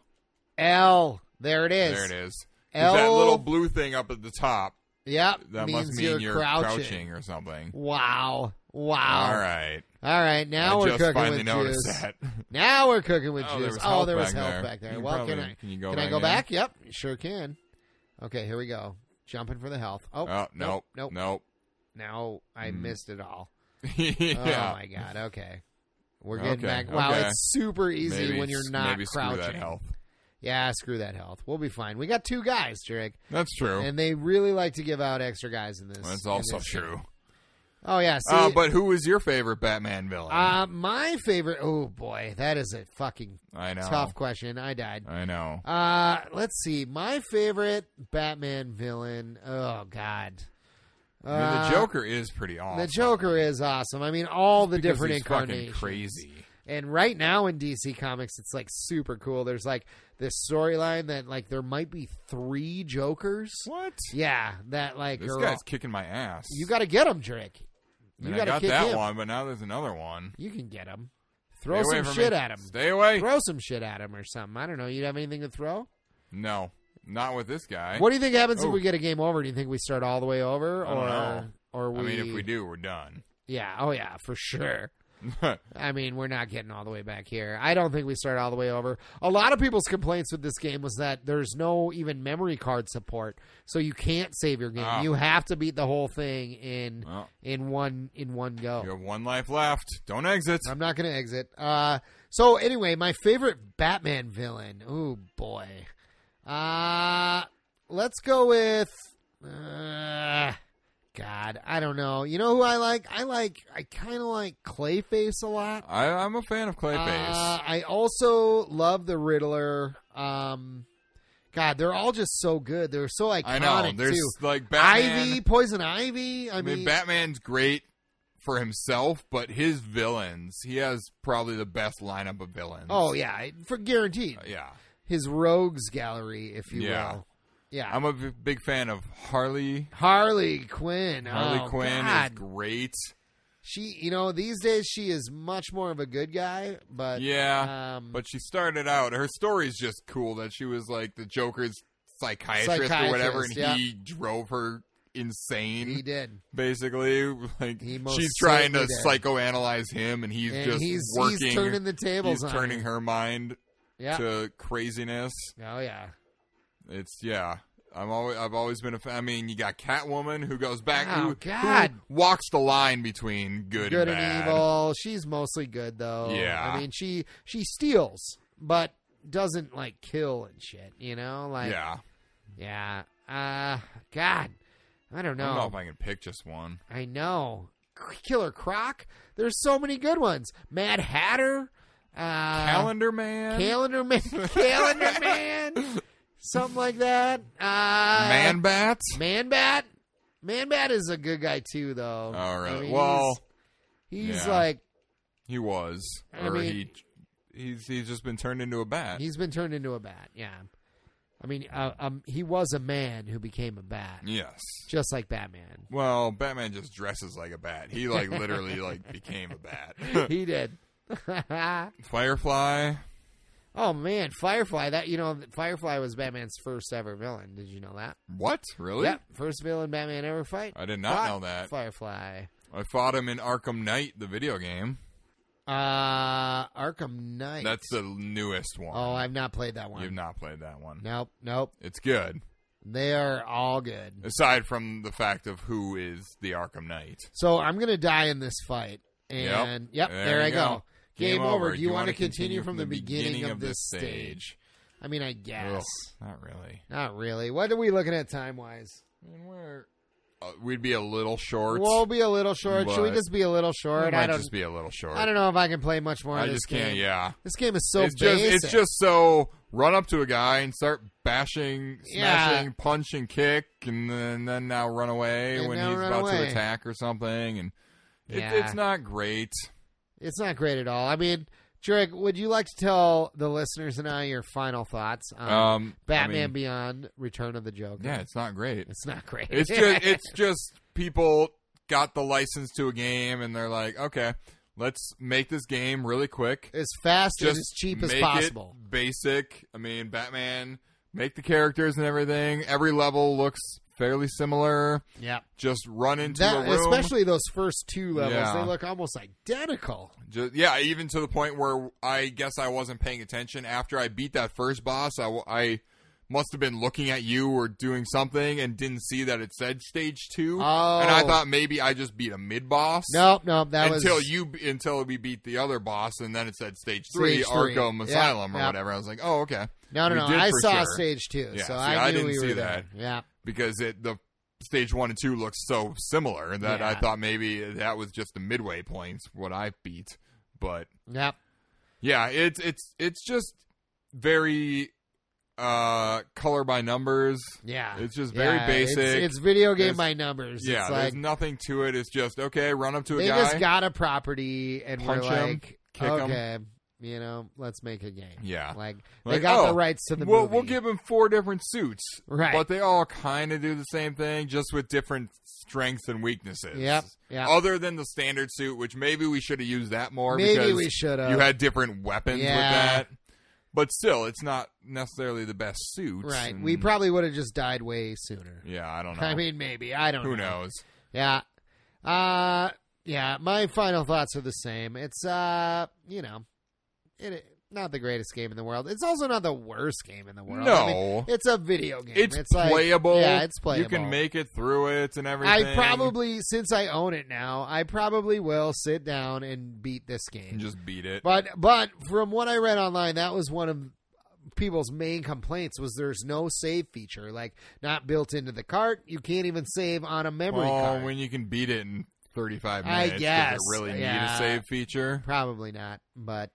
Speaker 1: L. There it is.
Speaker 2: There it is. There's
Speaker 1: L.
Speaker 2: that little blue thing up at the top.
Speaker 1: Yep.
Speaker 2: That
Speaker 1: means
Speaker 2: must mean
Speaker 1: you're, crouching.
Speaker 2: or something.
Speaker 1: Wow. Wow.
Speaker 2: All right.
Speaker 1: All right, now
Speaker 2: I
Speaker 1: we're
Speaker 2: just
Speaker 1: cooking
Speaker 2: finally
Speaker 1: with
Speaker 2: noticed
Speaker 1: juice.
Speaker 2: that.
Speaker 1: Now we're cooking with
Speaker 2: Oh, there
Speaker 1: juice.
Speaker 2: was
Speaker 1: oh,
Speaker 2: health
Speaker 1: there was
Speaker 2: back
Speaker 1: health
Speaker 2: there.
Speaker 1: back there.
Speaker 2: You
Speaker 1: well,
Speaker 2: probably-
Speaker 1: can I
Speaker 2: can you go
Speaker 1: can I
Speaker 2: back
Speaker 1: go
Speaker 2: in?
Speaker 1: back? Yep, you sure can. Okay, here we go. Jumping for the health. Oh,
Speaker 2: Oh, nope.
Speaker 1: nope.
Speaker 2: Nope.
Speaker 1: Now I
Speaker 2: Mm.
Speaker 1: missed it all.
Speaker 2: yeah.
Speaker 1: Oh my god. Okay. We're getting
Speaker 2: Okay,
Speaker 1: back. Wow,
Speaker 2: okay.
Speaker 1: it's super easy
Speaker 2: Maybe
Speaker 1: when you're
Speaker 2: s-
Speaker 1: not
Speaker 2: maybe screw
Speaker 1: crouching.
Speaker 2: that health.
Speaker 1: Yeah, screw that health. We'll be fine. We got two guys, Drake,
Speaker 2: That's true.
Speaker 1: and they really like to give out extra guys in this.
Speaker 2: That's
Speaker 1: in
Speaker 2: also
Speaker 1: this.
Speaker 2: true.
Speaker 1: Oh yeah. See,
Speaker 2: Uh, but who was your favorite Batman villain?
Speaker 1: uh, my favorite. Oh boy, that is a fucking
Speaker 2: I know.
Speaker 1: tough question. I died.
Speaker 2: I know.
Speaker 1: Uh, let's see. My favorite Batman villain. Oh God.
Speaker 2: I mean,
Speaker 1: Uh,
Speaker 2: the Joker is pretty awesome.
Speaker 1: The Joker is awesome. I mean, all the
Speaker 2: Because
Speaker 1: different
Speaker 2: he's fucking
Speaker 1: incarnations.
Speaker 2: Crazy.
Speaker 1: And right now in DC Comics, it's like super cool. There's like this storyline that like there might be three Jokers.
Speaker 2: What?
Speaker 1: Yeah, that like
Speaker 2: This
Speaker 1: are
Speaker 2: guy's
Speaker 1: all-
Speaker 2: kicking my ass.
Speaker 1: you got to get him, Drake. You
Speaker 2: And I
Speaker 1: gotta
Speaker 2: got
Speaker 1: kick
Speaker 2: that
Speaker 1: him.
Speaker 2: one, but now there's another one.
Speaker 1: You can get him. Throw
Speaker 2: Stay away
Speaker 1: some
Speaker 2: from
Speaker 1: shit
Speaker 2: me.
Speaker 1: at him.
Speaker 2: Stay away.
Speaker 1: Throw some shit at him or something. I don't know. You have anything to throw?
Speaker 2: No, not with this guy.
Speaker 1: What do you think happens if
Speaker 2: Oh.
Speaker 1: we get a game over? Do you think we start all the way over,
Speaker 2: I don't
Speaker 1: or
Speaker 2: know.
Speaker 1: or we?
Speaker 2: I mean, if we do, we're done.
Speaker 1: yeah, oh yeah, for sure. I mean, we're not getting all the way back here. I don't think we start all the way over. A lot of people's complaints with this game was that there's no even memory card support, so you can't save your game.
Speaker 2: Ah.
Speaker 1: You have to beat the whole thing in
Speaker 2: well,
Speaker 1: in one in one go.
Speaker 2: you have one life left. Don't exit.
Speaker 1: I'm not going to exit. Uh, so anyway, my favorite Batman villain. Oh boy. Uh, let's go with. Uh, God, I don't know. You know who I like? I like. I kind of like Clayface a lot.
Speaker 2: I, I'm a fan of Clayface.
Speaker 1: Uh, I also love the Riddler. Um, God, they're all just so good. They're so iconic
Speaker 2: I know. There's
Speaker 1: too.
Speaker 2: like Batman.
Speaker 1: Ivy, Poison Ivy. I,
Speaker 2: I mean, Batman's great for himself, but his villains, he has probably the best lineup of villains. Uh,
Speaker 1: oh yeah, for guaranteed.
Speaker 2: yeah.
Speaker 1: his rogues gallery, if you
Speaker 2: Yeah.
Speaker 1: will. Yeah.
Speaker 2: I'm a v- big fan of Harley.
Speaker 1: Harley Quinn.
Speaker 2: Harley
Speaker 1: Oh,
Speaker 2: Quinn
Speaker 1: God.
Speaker 2: is great.
Speaker 1: She, you know, these days she is much more of a good guy, but
Speaker 2: yeah,
Speaker 1: um,
Speaker 2: but she started out. Her story's just cool that she was like the Joker's psychiatrist, or whatever, and
Speaker 1: Psychiatrist, yeah.
Speaker 2: he drove her insane.
Speaker 1: he did.
Speaker 2: basically, like
Speaker 1: He most
Speaker 2: she's trying to
Speaker 1: certainly did.
Speaker 2: psychoanalyze him, and he's
Speaker 1: and
Speaker 2: just
Speaker 1: he's
Speaker 2: working.
Speaker 1: he's turning the tables
Speaker 2: he's
Speaker 1: on
Speaker 2: turning
Speaker 1: her.
Speaker 2: her mind
Speaker 1: Yeah.
Speaker 2: to craziness.
Speaker 1: oh yeah.
Speaker 2: It's yeah. I'm always I've always been a fan. I mean, you got Catwoman who goes back
Speaker 1: Oh,
Speaker 2: who,
Speaker 1: God.
Speaker 2: who walks the line between good,
Speaker 1: Good
Speaker 2: and,
Speaker 1: and
Speaker 2: bad.
Speaker 1: evil. She's mostly good though.
Speaker 2: Yeah.
Speaker 1: I mean, she she steals, but doesn't like kill and shit, you know? Like
Speaker 2: yeah.
Speaker 1: yeah. Uh god. I don't know.
Speaker 2: I don't know if I can pick just one.
Speaker 1: I know. Killer Croc. There's so many good ones. Mad Hatter. Uh,
Speaker 2: Calendar Man,
Speaker 1: Calendar Man. Calendar Man. Something like that. Uh,
Speaker 2: Man Bat.
Speaker 1: Man Bat. Man Bat is a good guy too, though.
Speaker 2: Oh, really?
Speaker 1: I mean,
Speaker 2: Well,
Speaker 1: he's, he's
Speaker 2: yeah.
Speaker 1: like
Speaker 2: He was,
Speaker 1: I
Speaker 2: or
Speaker 1: mean-
Speaker 2: he, he's he's just been turned into a bat.
Speaker 1: he's been turned into a bat. Yeah. I mean, uh, um, he was a man who became a bat,
Speaker 2: yes.
Speaker 1: just like Batman.
Speaker 2: Well, Batman just dresses like a bat. He like literally like became a bat.
Speaker 1: he did.
Speaker 2: Firefly.
Speaker 1: oh man, Firefly! That you know, Firefly was Batman's first ever villain. Did you know that?
Speaker 2: What? Really?
Speaker 1: Yep, first villain Batman ever fight.
Speaker 2: I did not
Speaker 1: Fi-
Speaker 2: know that.
Speaker 1: Firefly.
Speaker 2: I fought him in Arkham Knight, the video game.
Speaker 1: Uh Arkham Knight.
Speaker 2: That's the newest one.
Speaker 1: Oh, I've not played that
Speaker 2: You've
Speaker 1: one.
Speaker 2: not played that one.
Speaker 1: Nope, nope.
Speaker 2: It's good.
Speaker 1: They are all good.
Speaker 2: Aside from the fact of who is the Arkham Knight.
Speaker 1: So I'm gonna die in this fight. And yep, there, I
Speaker 2: you
Speaker 1: go.
Speaker 2: Game, over.
Speaker 1: Do you want
Speaker 2: wanna
Speaker 1: to continue from the beginning of this stage? I mean, I
Speaker 2: Ugh,
Speaker 1: guess.
Speaker 2: not really.
Speaker 1: Not really. What are we looking at time wise?
Speaker 2: I mean, we're, uh, we'd be a little short.
Speaker 1: We'll be a little short. Should we
Speaker 2: But-
Speaker 1: just be a little short?
Speaker 2: might
Speaker 1: I don't.
Speaker 2: just be a little short.
Speaker 1: I don't know if I can play much more.
Speaker 2: I
Speaker 1: of this
Speaker 2: just can't.
Speaker 1: game.
Speaker 2: Yeah.
Speaker 1: This game is so
Speaker 2: it's just
Speaker 1: basic.
Speaker 2: it's just so run up to a guy and start bashing,
Speaker 1: Yeah.
Speaker 2: smashing, punch and kick, and then, then now run away
Speaker 1: And
Speaker 2: when
Speaker 1: now
Speaker 2: he's
Speaker 1: run
Speaker 2: about
Speaker 1: away.
Speaker 2: to attack or something. And it,
Speaker 1: Yeah.
Speaker 2: it's not great.
Speaker 1: It's not great at all. I mean, Jurek, would you like to tell the listeners and I your final thoughts on
Speaker 2: Um, I
Speaker 1: Uh, Batman
Speaker 2: mean,
Speaker 1: Beyond: Return of the Joker?
Speaker 2: yeah, it's not great.
Speaker 1: it's not great.
Speaker 2: It's just it's just people got the license to a game and they're like, okay, let's make this game really quick.
Speaker 1: as fast and
Speaker 2: Just
Speaker 1: as cheap as
Speaker 2: make it
Speaker 1: possible.
Speaker 2: basic. I mean, Batman make the characters and everything. Every level looks fairly similar.
Speaker 1: Yeah.
Speaker 2: Just run into a
Speaker 1: That,
Speaker 2: room.
Speaker 1: especially those first two levels,
Speaker 2: Yeah.
Speaker 1: they look almost identical.
Speaker 2: Ju- yeah, even to the point where I guess I wasn't paying attention after I beat that first boss. I, w- I must have been looking at you or doing something and didn't see that it said stage two.
Speaker 1: Oh.
Speaker 2: And I thought maybe I just beat a mid boss.
Speaker 1: Nope, nope. That
Speaker 2: until
Speaker 1: was
Speaker 2: you until we beat the other boss, and then it said stage three,
Speaker 1: Stage three.
Speaker 2: Arkham
Speaker 1: Yeah,
Speaker 2: Asylum or
Speaker 1: yeah.
Speaker 2: whatever. I was like, oh okay,
Speaker 1: no, no,
Speaker 2: we
Speaker 1: no.
Speaker 2: did
Speaker 1: I
Speaker 2: for
Speaker 1: saw
Speaker 2: sure.
Speaker 1: stage two,
Speaker 2: Yeah,
Speaker 1: so
Speaker 2: see,
Speaker 1: I
Speaker 2: I
Speaker 1: knew
Speaker 2: didn't
Speaker 1: we
Speaker 2: see
Speaker 1: were
Speaker 2: that.
Speaker 1: there. Yeah,
Speaker 2: because it the stage one and two looked so similar that I
Speaker 1: Yeah.
Speaker 2: thought maybe that was just the midway points what I beat, but
Speaker 1: yeah.
Speaker 2: yeah, it's it's it's just very uh color by numbers.
Speaker 1: Yeah,
Speaker 2: It's just very
Speaker 1: Yeah,
Speaker 2: basic.
Speaker 1: It's, it's video game
Speaker 2: There's-
Speaker 1: by numbers.
Speaker 2: yeah,
Speaker 1: it's
Speaker 2: there's
Speaker 1: like
Speaker 2: nothing to it. It's just okay. Run up to a
Speaker 1: they
Speaker 2: guy.
Speaker 1: just got a property and we're
Speaker 2: Punch 'em,
Speaker 1: like,
Speaker 2: kick 'em.
Speaker 1: okay, you know, let's make a game.
Speaker 2: Yeah.
Speaker 1: like they
Speaker 2: Like,
Speaker 1: got
Speaker 2: oh,
Speaker 1: the rights to the
Speaker 2: we'll,
Speaker 1: movie.
Speaker 2: we'll give him four different suits,
Speaker 1: Right.
Speaker 2: But they all kind of do the same thing, just with different strengths and weaknesses.
Speaker 1: Yep, yep.
Speaker 2: Other than the standard suit, which maybe we should have used that more.
Speaker 1: Maybe
Speaker 2: because
Speaker 1: we should have.
Speaker 2: You had different weapons
Speaker 1: Yeah.
Speaker 2: with that, but still, it's not necessarily the best suit.
Speaker 1: right.
Speaker 2: and-
Speaker 1: We probably would have just died way sooner.
Speaker 2: Yeah, I don't know.
Speaker 1: I mean, maybe I don't.
Speaker 2: who
Speaker 1: know.
Speaker 2: knows?
Speaker 1: Yeah. Uh yeah, my final thoughts are the same. It's uh, you know, it not the greatest game in the world. It's also not the worst game in the world. I mean,
Speaker 2: No.
Speaker 1: it's a video game.
Speaker 2: It's,
Speaker 1: like,
Speaker 2: playable.
Speaker 1: yeah, it's playable.
Speaker 2: You can make it through it and everything.
Speaker 1: I probably since I own it now, I probably will sit down and beat this game.
Speaker 2: and just beat it.
Speaker 1: But but from what I read online, that was one of people's main complaints was there's no save feature, like not built into the cart. You can't even save on a memory
Speaker 2: well,
Speaker 1: card.
Speaker 2: Oh, when you can beat it in 35
Speaker 1: I
Speaker 2: minutes, does
Speaker 1: guess,
Speaker 2: it really need
Speaker 1: yeah.
Speaker 2: a save feature?
Speaker 1: Probably not, but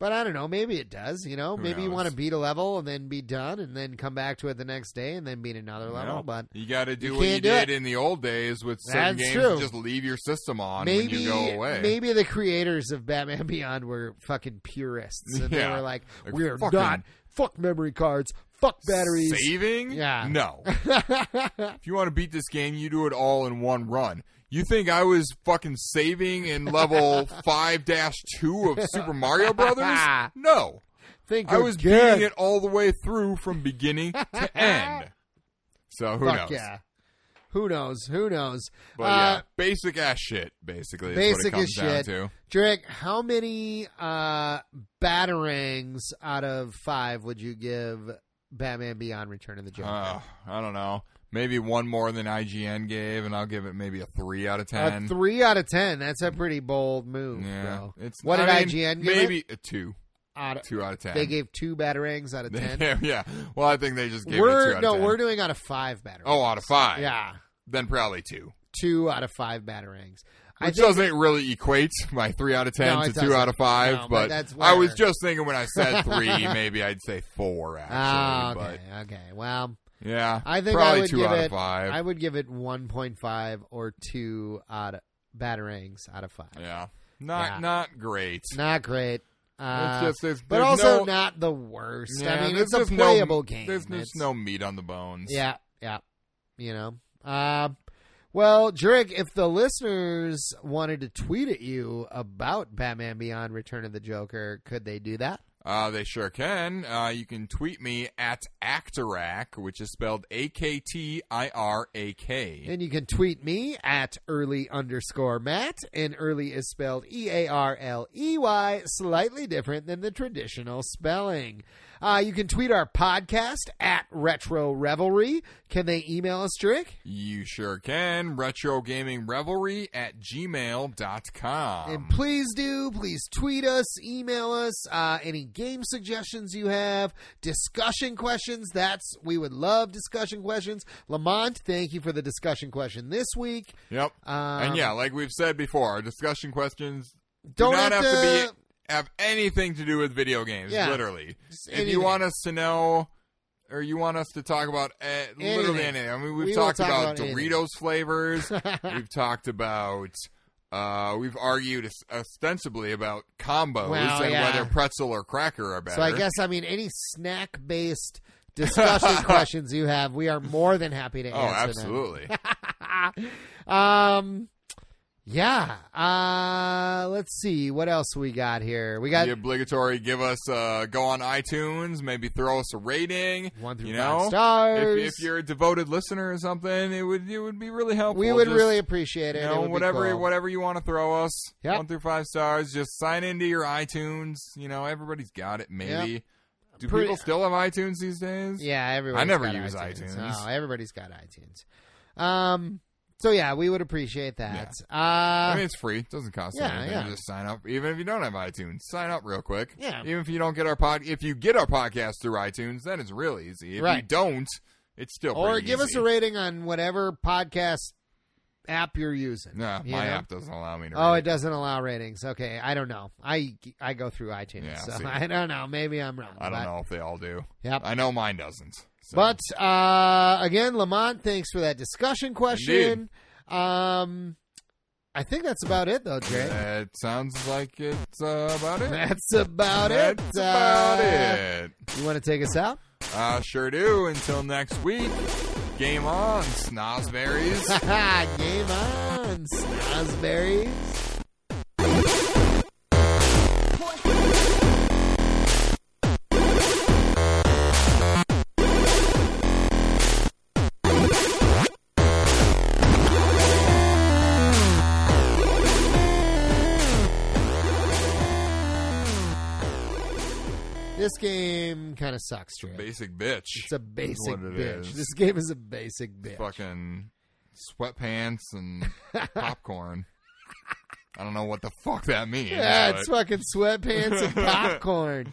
Speaker 1: but I don't know. Maybe it does. You know,
Speaker 2: Who
Speaker 1: maybe you
Speaker 2: knows?
Speaker 1: want to beat a level and then be done, and then come back to it the next day and then beat another level.
Speaker 2: No.
Speaker 1: But
Speaker 2: you got to do
Speaker 1: you
Speaker 2: what you
Speaker 1: can't do it.
Speaker 2: did in the old days with certain
Speaker 1: That's
Speaker 2: games.
Speaker 1: true.
Speaker 2: you Just leave your system on
Speaker 1: maybe
Speaker 2: when you go away.
Speaker 1: maybe the creators of Batman Beyond were fucking purists, and they
Speaker 2: Yeah.
Speaker 1: were like,
Speaker 2: Like,
Speaker 1: "We're
Speaker 2: fucking-
Speaker 1: not fuck memory cards, fuck batteries."
Speaker 2: Saving?
Speaker 1: Yeah.
Speaker 2: No. if you want to beat this game, you do it all in one run. You think I was fucking saving in level 5 2 of Super Mario Brothers? No.
Speaker 1: Think
Speaker 2: I
Speaker 1: you're
Speaker 2: was
Speaker 1: good.
Speaker 2: beating it all the way through from beginning to end. So who
Speaker 1: Fuck
Speaker 2: knows?
Speaker 1: yeah. Who knows? Who knows?
Speaker 2: But yeah,
Speaker 1: uh,
Speaker 2: basic ass shit. Basically,
Speaker 1: basic as
Speaker 2: is what it comes
Speaker 1: shit.
Speaker 2: down to.
Speaker 1: Drake, how many uh, batarangs out of five would you give Batman Beyond Return of the Joker?
Speaker 2: Uh, I don't know. Maybe one more than IGN gave, and I'll give it maybe a three out of ten.
Speaker 1: a three out of ten. That's a pretty bold move,
Speaker 2: Yeah,
Speaker 1: bro.
Speaker 2: it's
Speaker 1: what
Speaker 2: I
Speaker 1: did
Speaker 2: mean,
Speaker 1: IGN give
Speaker 2: Maybe
Speaker 1: it?
Speaker 2: a two,
Speaker 1: Out of-
Speaker 2: two out of ten.
Speaker 1: they gave two batarangs out of ten.
Speaker 2: yeah, yeah. Well, I think they just gave it a two
Speaker 1: we're
Speaker 2: out
Speaker 1: no,
Speaker 2: of 10.
Speaker 1: we're doing out of five batarangs.
Speaker 2: oh out of five.
Speaker 1: yeah,
Speaker 2: then probably two,
Speaker 1: two out of five batarangs. I
Speaker 2: which
Speaker 1: think
Speaker 2: doesn't really equate my three out of ten
Speaker 1: No,
Speaker 2: to
Speaker 1: it
Speaker 2: two out of five.
Speaker 1: No, but
Speaker 2: but
Speaker 1: that's
Speaker 2: I was
Speaker 1: where-
Speaker 2: just thinking when I said three, maybe I'd say four
Speaker 1: Ah,
Speaker 2: actually.
Speaker 1: okay, okay. Well,
Speaker 2: But yeah,
Speaker 1: I think
Speaker 2: probably
Speaker 1: I would
Speaker 2: two
Speaker 1: give
Speaker 2: out
Speaker 1: it.
Speaker 2: of five.
Speaker 1: I would give it one point five or two out of batarangs out of five.
Speaker 2: yeah, not
Speaker 1: Yeah.
Speaker 2: not great.
Speaker 1: Not great. Uh,
Speaker 2: It's just- there's-
Speaker 1: but
Speaker 2: there's
Speaker 1: also
Speaker 2: no-
Speaker 1: not the worst.
Speaker 2: Yeah,
Speaker 1: I mean,
Speaker 2: there's
Speaker 1: it's a
Speaker 2: just
Speaker 1: playable
Speaker 2: no,
Speaker 1: game.
Speaker 2: There's just
Speaker 1: It's-
Speaker 2: no meat on the bones.
Speaker 1: Yeah, yeah. You know. Um well, Drake, if the listeners wanted to tweet at you about Batman Beyond Return of the Joker, could they do that?
Speaker 2: Uh, they sure can. Uh, you can tweet me at Actorac, which is spelled A K T I R A K.
Speaker 1: And you can tweet me at early underscore Matt, and early is spelled E A R L E Y, slightly different than the traditional spelling. Uh, you can tweet our podcast at Retro Revelry. Can they email us, Drake?
Speaker 2: You sure can. Retro Gaming Revelry at gmail.com.
Speaker 1: And please do, please tweet us, email us, uh, any game suggestions you have, discussion questions. That's we would love discussion questions. Lamont, thank you for the discussion question this week.
Speaker 2: Yep.
Speaker 1: Um,
Speaker 2: and yeah, like we've said before, our discussion questions do
Speaker 1: don't
Speaker 2: not
Speaker 1: have
Speaker 2: have,
Speaker 1: to-
Speaker 2: to, be have anything to do with video games.
Speaker 1: Yeah.
Speaker 2: Literally,
Speaker 1: Just
Speaker 2: if
Speaker 1: anything.
Speaker 2: you want us to know. Or you want us to talk about uh, literally
Speaker 1: Anything.
Speaker 2: anything? I mean, we've
Speaker 1: We will
Speaker 2: talked
Speaker 1: talk about
Speaker 2: about,
Speaker 1: anything.
Speaker 2: Doritos flavors. we've talked about. Uh, we've argued os- ostensibly about combos
Speaker 1: Well,
Speaker 2: and
Speaker 1: yeah.
Speaker 2: whether pretzel or cracker are better.
Speaker 1: So I guess I mean any snack based discussion questions you have, we are more than happy to
Speaker 2: Oh,
Speaker 1: answer them.
Speaker 2: absolutely.
Speaker 1: Um, Yeah. Uh, let's see what else we got here. We got
Speaker 2: the obligatory give us uh, go on iTunes, maybe throw us a rating.
Speaker 1: one through
Speaker 2: you
Speaker 1: five
Speaker 2: know,
Speaker 1: stars.
Speaker 2: if, if you're a devoted listener or something, it would it would be really helpful.
Speaker 1: we would
Speaker 2: Just,
Speaker 1: really appreciate it.
Speaker 2: you
Speaker 1: It
Speaker 2: know
Speaker 1: would be
Speaker 2: whatever
Speaker 1: cool.
Speaker 2: whatever you want to throw us
Speaker 1: Yep.
Speaker 2: one through five stars. Just sign into your iTunes. You know everybody's got it. Maybe do
Speaker 1: Pretty-
Speaker 2: people still have iTunes these days?
Speaker 1: Yeah, everybody.
Speaker 2: never
Speaker 1: got
Speaker 2: use
Speaker 1: iTunes.
Speaker 2: iTunes.
Speaker 1: No, everybody's got iTunes. Um. So yeah, we would appreciate that. Uh,
Speaker 2: I mean, it's free. It doesn't cost
Speaker 1: Yeah,
Speaker 2: anything.
Speaker 1: yeah.
Speaker 2: You just sign up. Even if you don't have iTunes, sign up real quick.
Speaker 1: Yeah.
Speaker 2: Even if you don't get our pod, if you get our podcast through iTunes, then it's real easy. If you
Speaker 1: Right.
Speaker 2: don't, it's still
Speaker 1: or
Speaker 2: pretty
Speaker 1: give us
Speaker 2: easy.
Speaker 1: a rating on whatever podcast app you're using.
Speaker 2: Nah,
Speaker 1: you
Speaker 2: my
Speaker 1: know?
Speaker 2: app doesn't allow me to.
Speaker 1: Oh,
Speaker 2: rate.
Speaker 1: it doesn't allow ratings. Okay, I don't know. I I go through iTunes,
Speaker 2: Yeah, I
Speaker 1: so
Speaker 2: see.
Speaker 1: I don't know. Maybe I'm wrong.
Speaker 2: I don't
Speaker 1: but-
Speaker 2: know if they all do.
Speaker 1: Yep.
Speaker 2: I know mine doesn't. So.
Speaker 1: But uh, again, Lamont, thanks for that discussion question. Um, I think that's about it, though, Jay.
Speaker 2: that sounds like it's uh, about it.
Speaker 1: That's about it.
Speaker 2: That's about
Speaker 1: Uh,
Speaker 2: it.
Speaker 1: You want to take us out?
Speaker 2: I sure do. Until next week, game on, snozberries.
Speaker 1: Game on, Snozberries. This game kind of sucks, Drew.
Speaker 2: Basic bitch.
Speaker 1: It's a basic
Speaker 2: what it
Speaker 1: bitch.
Speaker 2: is.
Speaker 1: This game is a basic bitch.
Speaker 2: fucking sweatpants and popcorn. I don't know what the fuck that means.
Speaker 1: Yeah,
Speaker 2: but-
Speaker 1: it's fucking sweatpants and popcorn.